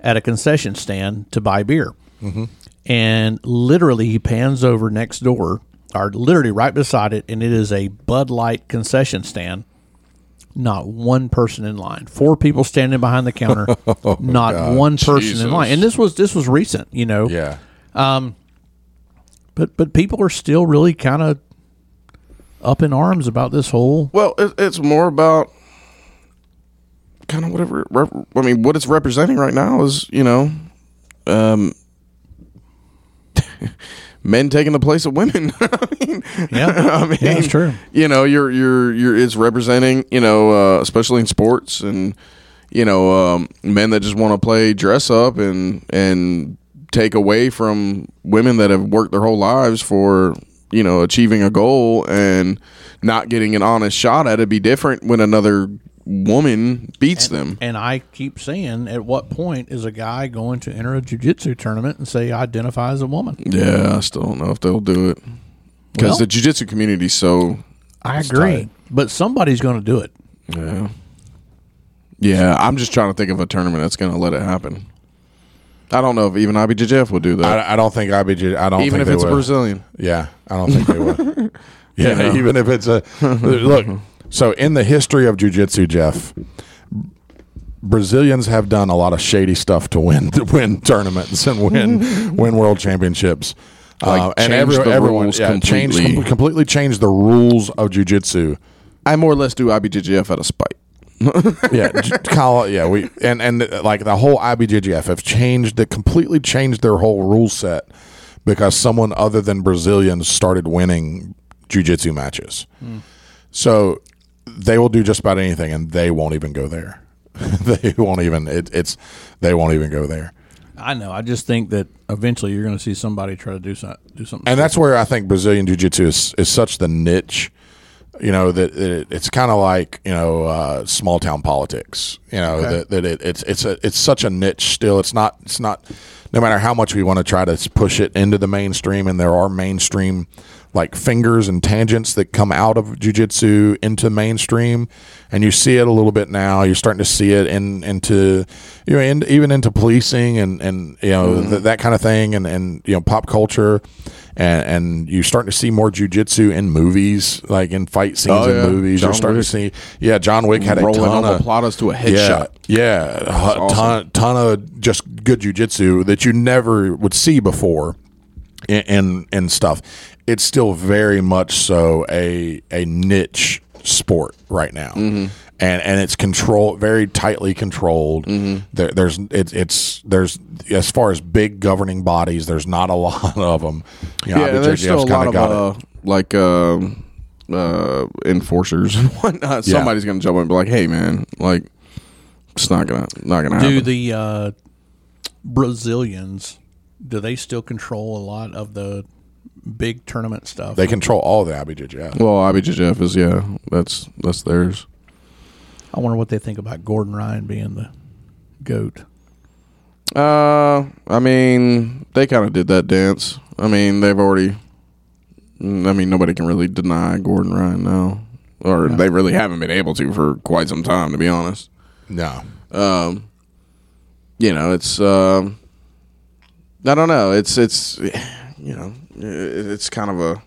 at a concession stand to buy beer. And literally, he pans over next door, or literally right beside it, and it is a Bud Light concession stand not one person in line. Four people standing behind the counter, not one person in line. And this was this was recent, you know. Yeah, But but people are still really kind of up in arms about this whole. Well, it, it's more about kind of whatever. it Rep, I mean, what it's representing right now is you know, um, [laughs] men taking the place of women. [laughs] I mean, Yeah, I mean, Yeah, that's true. You know, you're you're you're it's representing you know, uh, especially in sports and you know, um, men that just want to play dress up and and take away from women that have worked their whole lives for you know achieving a goal and not getting an honest shot at it. Be different when another woman beats them. And I keep saying, at what point is a guy going to enter a jujitsu tournament and say I identify as a woman? Yeah, I still don't know if they'll do it because Well- the jujitsu community's so I agree, tight. but somebody's going to do it. Yeah. Yeah, I'm just trying to think of a tournament that's going to let it happen. I don't know if even IBJJF would do that. I, I don't think IBG. I don't even think if they it's a would. Brazilian. Yeah, I don't think they [laughs] would. yeah, even if it's a look. So in the history of jujitsu, Jeff, Brazilians have done a lot of shady stuff to win [laughs] to win tournaments and [laughs] win win world championships. Uh, Like change the rules completely. changed, completely changed the rules of jujitsu. I more or less do IBJJF out of spite. Yeah, j- call it- yeah. We and and uh, like the whole IBJJF have changed, they completely changed their whole rule set because someone other than Brazilians started winning jujitsu matches. So they will do just about anything, and they won't even go there. [laughs] they won't even it, it's they won't even go there. I know. I just think that eventually you're going to see somebody try to do so, do something. and that's where I think Brazilian Jiu Jitsu is, is such the niche, you know, that it, it's kind of like, you know, uh, small town politics, you know, that, that it, it's, it's a, it's such a niche still. It's not, it's not, no matter how much we want to try to s- push it into the mainstream and there are mainstream like fingers and tangents that come out of Jiu Jitsu into mainstream and you see it a little bit now, you're starting to see it in, into, you know, in, even into policing and, and, you know, th- that kind of thing and, and, you know, pop culture and and you're starting to see more jujitsu in movies, like in fight scenes Oh, yeah. in movies. John you're starting to see, yeah, John Wick had a Rolling ton over of Plata's to a yeah, headshot. yeah, a ton ton of just good jujitsu that you never would see before, and, and and stuff. It's still very much so a a niche sport right now, Mm-hmm. and and it's control very tightly controlled. Mm-hmm. There, there's it, it's there's as far as big governing bodies, there's not a [laughs] lot of them. You know, Yeah, IBJJF's there's still a kinda lot of got it. uh, like um uh, enforcers [laughs] and whatnot. Yeah. Somebody's gonna jump in and be like, "Hey, man, like it's not gonna not gonna Do happen." the uh, Brazilians do they still control a lot of the big tournament stuff? They control all the IBJJF. well, IBJJF is yeah, that's that's theirs. I wonder what they think about Gordon Ryan being the goat. Uh, I mean, they kind of did that dance. I mean, they've already. I mean, nobody can really deny Gordon Ryan now, or they really haven't been able to for quite some time, to be honest. No, um, you know, it's um, I don't know. It's it's you know, it- it's kind of a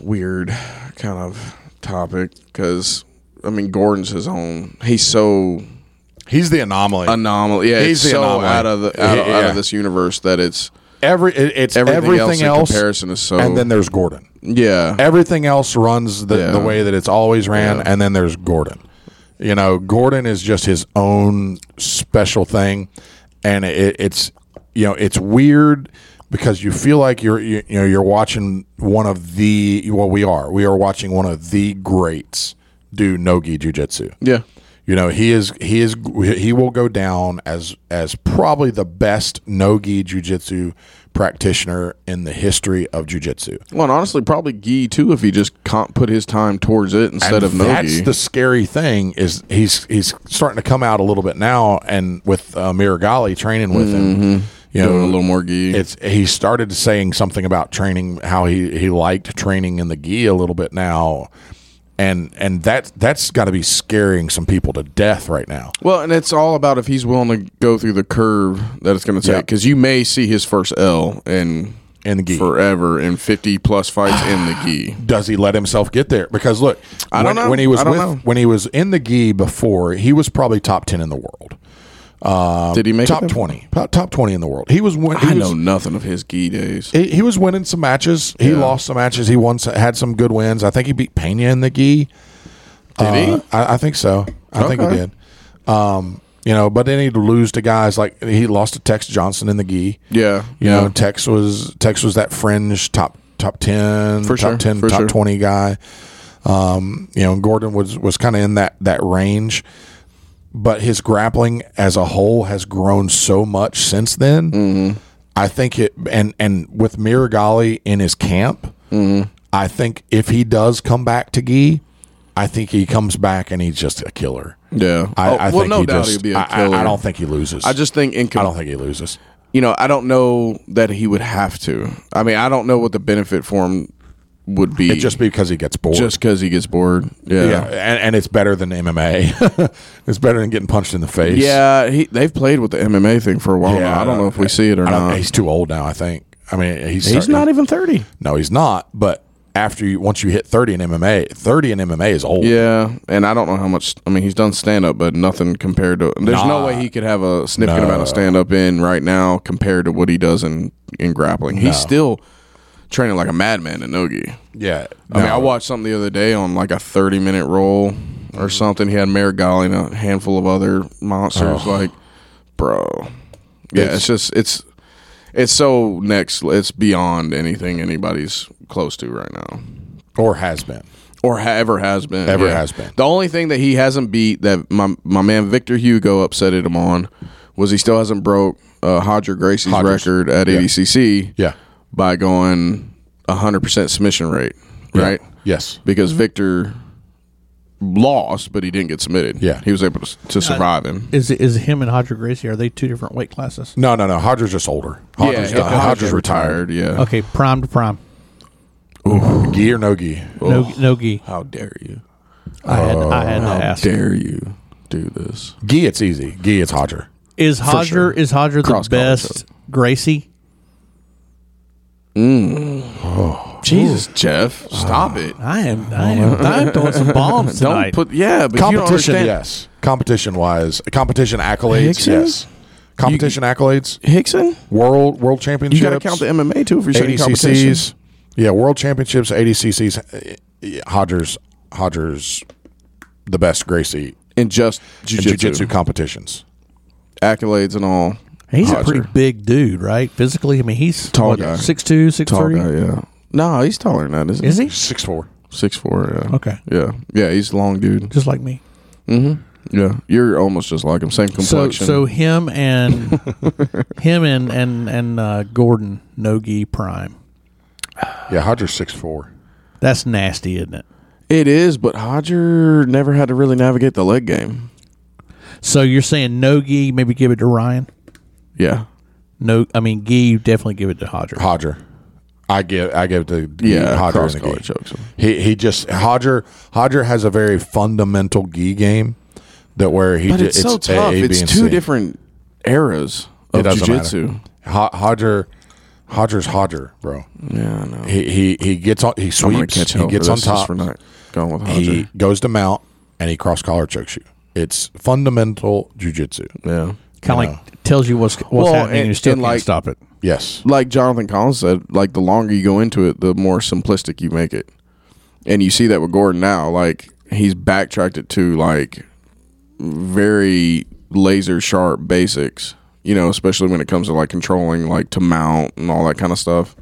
weird kind of topic because I mean, Gordon's his own. He's so he's the anomaly. anomaly. Yeah, He's he's the so anomaly. out of the out, of- Yeah. out of this universe that it's Every it, it's everything, everything, else, else, in comparison is so. and then there's Gordon. yeah, everything else runs the, Yeah. the way that it's always ran, Yeah. and then there's Gordon. You know, Gordon is just his own special thing, and it, it's you know it's weird because you feel like you're you, you know you're watching one of the well we are we are watching one of the greats do nogi jujitsu. yeah, You know, he is he is he will go down as as probably the best nogi jujitsu practitioner in the history of jujitsu. well, and honestly, probably Gee too if he just can't put his time towards it instead of Nogi. That's the scary thing is he's he's starting to come out a little bit now, and with uh, Miragali training with him, Mm-hmm. you doing a know, little more Gee. it's he started saying something about training how he he liked training in the gi a little bit now, and and that that's got to be scaring some people to death right now. Well, and it's all about if he's willing to go through the curve that it's going to Yeah. take because you may see his first L in In the gi. forever in fifty plus fights in the [sighs] gi. does he let himself get there? Because look, I when, don't know. when he was I don't with know. when he was in the gi before, he was probably top ten in the world, Did he make Um, top it there? twenty, top top twenty in the world. He was when he I was, know nothing of his gi days. he, he was winning some matches. He lost some matches. He won some, had some good wins. I think he beat Pena in the gi. Did he? I, I think so. I think he Okay. did. Um, you know, but then he'd lose to guys like he lost to Tex Johnson in the gi. yeah, You yeah. know, Tex was Tex was that fringe top top ten, For top sure, ten, for top sure. twenty guy. Um, you know, Gordon was was kind of in that that range, but his grappling as a whole has grown so much since then. Mm-hmm. I think it and and with Miragali in his camp, Mm-hmm. I think if he does come back to gi, I think he comes back and he's just a killer. yeah. I, Oh, I well, think no he doubt just, he'll be a I- I- killer. I, don't think he loses. I just think in I com- don't think he loses. you know I don't know that he would have to. I mean, I don't know what the benefit for him would be. It just because he gets bored. just because he gets bored. Yeah. Yeah, and, and it's better than MMA. [laughs] it's better than getting punched in the face. Yeah, he, they've played with the MMA thing for a while. now. I don't know if we see it or I don't- not. He's too old now. I think. I mean, he's He's starting- not even thirty. No, he's not. But after you, once you hit thirty in MMA, thirty in MMA is old. Yeah, and I don't know how much. I mean, he's done stand up, but nothing compared to. There's Nah. no way he could have a significant No. amount of stand up in right now compared to what he does in in grappling. He's still training like a madman in nogi. yeah. I mean, No. I watched something the other day on like a 30 minute roll Mm-hmm. or something. He had Marigali and a handful of other monsters. Oh. Like, bro, yeah, it's, just it's it's so next. It's beyond anything anybody's close to right now or has been. or ha- ever has been. Ever has been. The only thing that he hasn't beat that my my man Victor Hugo upsetted him on was he still hasn't broke uh, Hodger Gracie's Hodger's. record at ADCC. Yeah. by going hundred percent submission rate, right? Yes. Because Mm-hmm. Victor lost, but he didn't get submitted. Yeah. he was able to, Uh, to survive him. Is is him and Hodger Gracie are they two different weight classes? No, no, no. Hodger's just older. Hodger's, yeah, done. Hodger Hodger's retired. Yeah. Okay, prime to prime. Gi or no gi? No, Oh. no gi. How dare you? I had, I Oh, had to ask. Dare you do this? Gi, it's easy. Gi, it's Hodger. Is Hodger sure. is Hodger the Cross-collar, best Gracie? Mm. Oh. Jesus, Jeff, stop it. I am. I am. I'm [laughs] throwing some bombs Don't tonight. put yeah, but you don't Competition, understand. yes. Competition wise, competition accolades, Hickson? yes. Competition accolades, Hickson, world world you championships. got to count the MMA too if you're saying competition. ADCCs. Yeah, world championships, ADCCs. eh, Hodgers, Hodgers, the best Gracie and just in jujitsu jiu-jitsu competitions. accolades and all. He's a Hodger. pretty big dude, right? Physically, I mean, he's Tall what, guy. 6'2", 6'3"? tall guy. Yeah, no, he's taller than that, isn't he? Is he Six four. Six four. Yeah. okay? Yeah, yeah, he's a long dude. Just like me. Yeah, you're almost just like him, same So, complexion. so [laughs] him and him and and and uh, Gordon Nogi Prime. Yeah, Hodgers six four. That's nasty, isn't it? it is, but Hodger never had to really navigate the leg game. So you're saying Nogi? Maybe give it to Ryan. Yeah, No, I mean Gee. You definitely give it to Hodger. Hodger. I give I give it to yeah, Hodger cross and the collar gi. chokes him. He he just Hodger Hodger has a very fundamental gi game that where he But ju- it's, so A, tough. A, B, it's and two C. different eras It of doesn't jujitsu. matter. Ho- Hodger Hodger's Hodger, bro. Yeah, I know. He he he gets on he I'm gonna sweeps, catch he hell gets for on this just top. for not going with Hodger. He goes to mount and he cross collar chokes you. It's fundamental jujitsu. yeah, Kind of Yeah. like tells you what's what's Well, happening. And, and- you still and can't like- stop it. Yes. like Jonathan Collins said, like the longer you go into it, the more simplistic you make it. And you see that with Gordon now, like he's backtracked it to like very laser sharp basics, you know, especially when it comes to like controlling, like to mount and all that kind of stuff.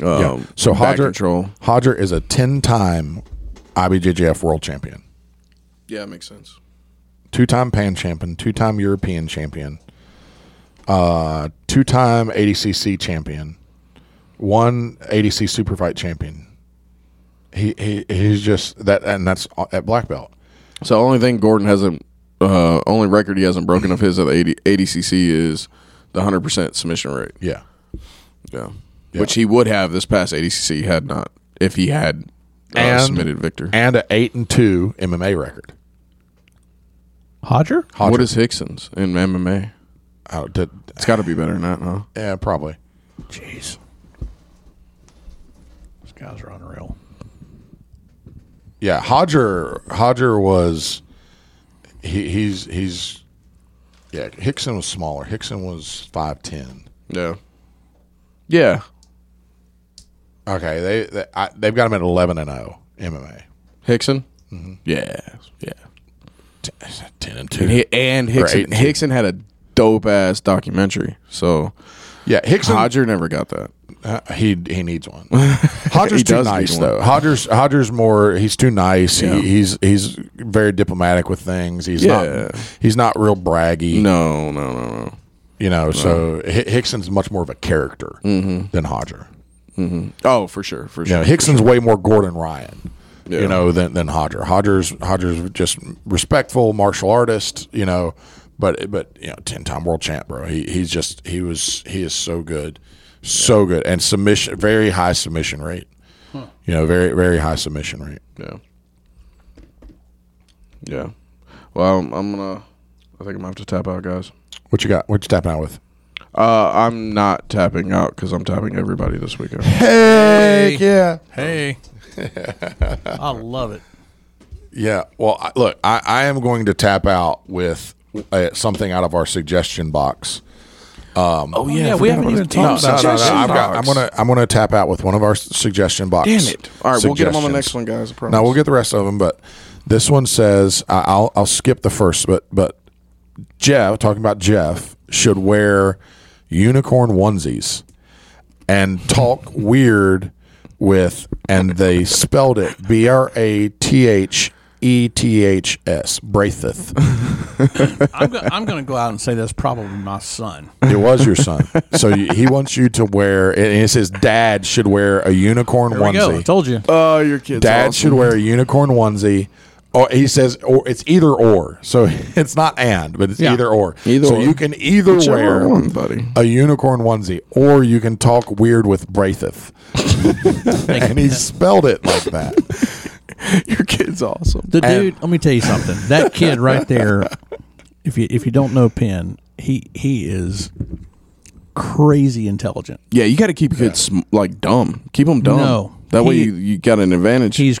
Um, Yeah. So back Hodger- control. Hodger is a ten time IBJJF world champion. Yeah, it makes sense. two time Pan champion, two time European champion, uh, two time ADCC champion, one ADC super fight champion. He, he he's just that, and that's at black belt. So only thing Gordon hasn't, uh, only record he hasn't broken of his at the 80, ADCC is the 100% submission rate. Yeah, Yeah. Which he would have this past ADCC had not, if he had uh, And- submitted Victor. and a eight and two MMA record. Hodger. Hodger. What is Hickson's in MMA? Oh, did, It's got to be better than that, huh? yeah, probably. Jeez. These guys are unreal. Yeah, Hodger Hodger was he, he's he's yeah. Hickson was smaller. Hickson was five ten. Yeah. Yeah. Okay, they, they I, they've got him at eleven and oh, zero MMA. Hickson? Yeah. Yeah. ten and two. And, he, and eight Hickson, and two. Hickson had a dope ass documentary. So yeah, Hickson. Hodger never got that. uh, he he needs [laughs] one. Hodger's He too does nice need one. though. Hodger's Hodger's more. He's too nice. Yeah. He, he's he's very diplomatic with things. He's Yeah. not he's not real braggy. No, no, no, no. You know, so Hi Hickson's much more of a character Mm-hmm. than Hodger. Oh, for sure. For You sure. know, Hickson's way more Gordon Ryan. Yeah. You know, than than Hodger. Hodger's Hodger's just respectful martial artist. You know, but but you know, ten time world champ, bro. He he's just he was he is so good, so good, and submission very high submission rate. You know, very very high submission rate. Yeah. Yeah. Well, I'm, I'm going to, I think I'm going to have to tap out, guys. What you got? What you tapping out with? Uh, I'm not tapping out because I'm tapping everybody this weekend. Heck yeah, Hey. [laughs] I love it. yeah. Well, I, look, I, I am going to tap out with uh, something out of our suggestion box. Oh yeah, yeah, we haven't even talked No, about no, no, no. Suggestion I've [laughs] got, I'm box. gonna I'm gonna tap out with one of our s- suggestion box. Damn it! All right, we'll get them on the suggestions. next one, guys. I promise. Now we'll get the rest of them, but this one says I- I'll I'll skip the first, but but Jeff talking about Jeff should wear unicorn onesies and talk weird with and they spelled it B R A T H E T H S Braitheth. I'm, go- I'm going to go out and say that's probably my son. It was your son, so you, he wants you to wear. And it says dad should wear a unicorn There we go. onesie. I told you. Oh, your kids. Dad awesome. should wear a unicorn onesie. Or he says, or it's either or. So [laughs] it's not and, but it's Yeah. either or. Either so or. you can either Whichever wear [laughs] one, buddy. a unicorn onesie, or you can talk weird with [laughs] Braitheth. and he spelled it like that. Your kids awesome. The dude, let me tell you something. [laughs] That kid right there, if you if you don't know Penn, he he is crazy intelligent. Yeah, you got to keep your kids sm like dumb. Keep them dumb. No. that way He- you, you got an advantage. He's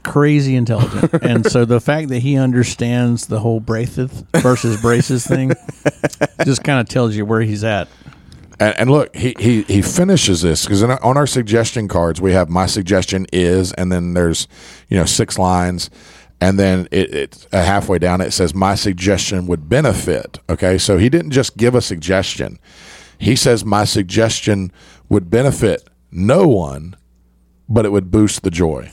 [laughs] crazy intelligent, and so the fact that he understands the whole Braitheth versus braces [laughs] thing just kind of tells you where he's at. And, and look, he, he, he finishes this because on our suggestion cards, we have my suggestion is, and then there's, you know, six lines. And then it, it uh, halfway down, it says, my suggestion would benefit. Okay. So he didn't just give a suggestion. He says, my suggestion would benefit no one, but it would boost the [laughs] joy.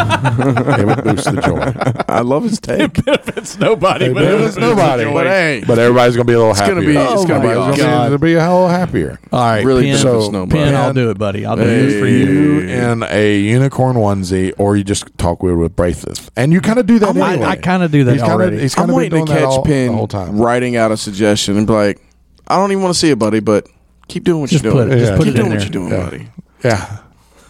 it would boost the joy. I love his take. It's nobody, but it was nobody. But hey, But everybody's going to be a little happier. Oh gonna be- it's gonna be Everybody's gonna awesome. it'll be a little happier. All right, Really Penn, benefits So- nobody. Penn, I'll do it, buddy. I'll do it for you. you in a unicorn onesie, or you just talk weird with Braithwaite, and you kind of do that. I- anyway. I kinda do that he's kinda, already. He's I'm kind of been waiting doing to that catch all, Penn the whole time. writing out a suggestion and be like, I don't even want to see it, buddy, but keep doing what Just you're put doing. it. Just Yeah. put keep it in doing there. what you're doing, Yeah.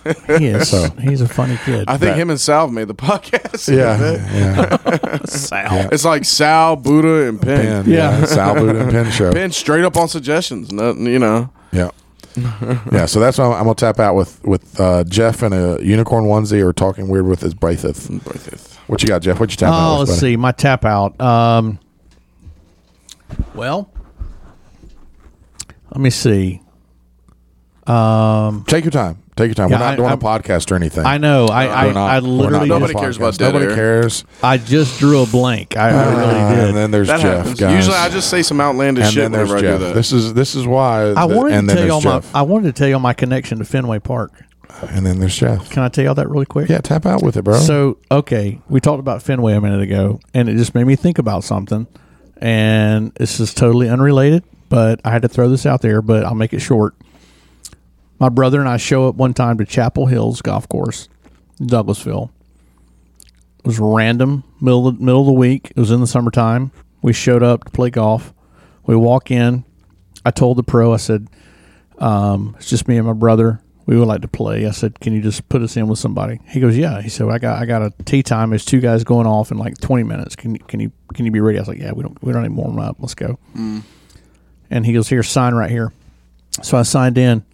buddy. Yeah, [laughs] He is. He's a funny kid. I think him and Sal made the [laughs] podcast. yeah, [laughs] yeah. It's like Sal, Buddha, and Penn, Penn. Yeah. yeah. Sal Boot and [laughs] Penn show. Penn straight up on suggestions. Nothing, you know. Yeah, yeah. So that's why I'm, I'm gonna tap out with with uh, Jeff in a unicorn onesie or talking weird with his Braithwaite. What you got, Jeff? What you tapping Oh, out with? let's buddy? see. My tap out. Um, well, let me see. Take your time. Take your time. Yeah, We're not I- doing I'm- a podcast or anything. I know. I I, We're not- I we're not literally doing a Nobody just, cares podcast. about dead Nobody air. cares. I just drew a blank. I, I really Uh, did. and then there's That Jeff. happens. guys. Usually I just say some outlandish and shit then there's whenever I Jeff. do that. This is this is why. I the- wanted and to then tell y'all there's my Jeff. I wanted to tell y'all my connection to Fenway Park. and then there's Jeff. Can I tell y'all that really quick? Yeah, tap out with it, bro. So okay, we talked about Fenway a minute ago, and it just made me think about something. And this is totally unrelated, but I had to throw this out there. But I'll make it short. My brother and I show up one time to Chapel Hills Golf Course, Douglasville. It was random, middle of, middle of the week. It was in the summertime. We showed up to play golf. We walk in. I told the pro, I said, um, it's just me and my brother. We would like to play. I said, "Can you just put us in with somebody?" He goes, "Yeah." He said, well, "I got I got a tea time. There's two guys going off in like 20 minutes. Can you can you can you be ready?" I was like, "Yeah, we don't we don't need to warm up. Let's go." And he goes, "Here, sign right here." So I signed in,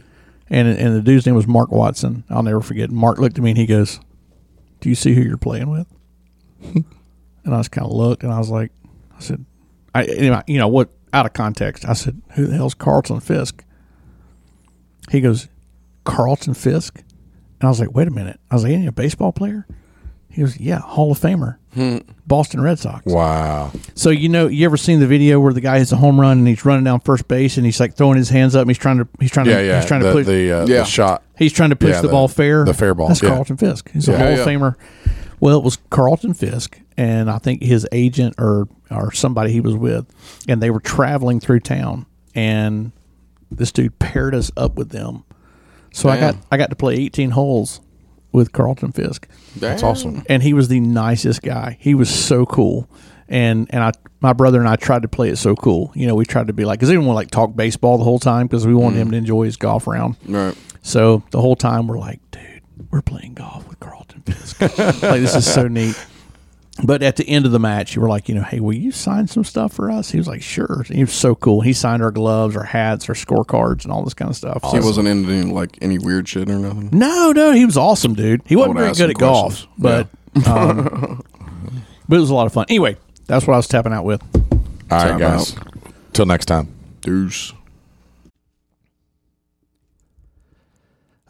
and and the dude's name was Mark Watson. I'll never forget. Mark looked at me and he goes, "Do you see who you're playing with?" and I just kind of looked and I was like, I said, I anyway, you know what? Out of context, I said, "Who the hell's Carlton Fisk?" He goes, Carlton Fisk? And I was like, wait a minute. I was like, ain't he a baseball player? He goes, yeah, Hall of Famer, Boston Red Sox. wow, So you know, you ever seen the video where the guy hits a home run and he's running down first base and he's like throwing his hands up and he's trying to he's trying yeah, to yeah. he's trying the, to push the, uh, Yeah. the shot. he's trying to push yeah, the, the- ball fair. the fair ball, That's yeah. Carlton Fisk. He's a Yeah. Hall Yeah, of yeah. Famer. Well, it was Carlton Fisk and I think his agent or or somebody he was with, and they were traveling through town and this dude paired us up with them. So I got Damn. I got to play 18 holes with Carlton Fisk, That's awesome. and he was the nicest guy. He was so cool, and and I my brother and I tried to play it so cool. You know, we tried to be like because didn't want to like talk baseball the whole time because we Mm-hmm. wanted him to enjoy his golf round. Right. So the whole time we're like, dude, we're playing golf with Carlton [laughs] Fisk. like this is so neat. But at the end of the match, you were like, you know, hey, will you sign some stuff for us? He was like, sure. He was so cool. He signed our gloves, our hats, our scorecards, and all this kind of stuff. He So- wasn't into any, like any weird shit or nothing. no, no, he was awesome, dude. He wasn't would very ask good him at golf, but um, [laughs] but it was a lot of fun. Anyway, that's what I was tapping out with. All right, Time guys. Till next time. Deuce.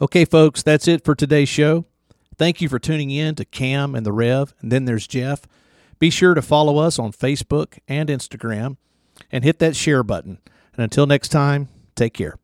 Okay, folks, that's it for today's show. Thank you for tuning in to Cam and the Rev, and then there's Jeff. Be sure to follow us on Facebook and Instagram and hit that share button. And until next time, take care.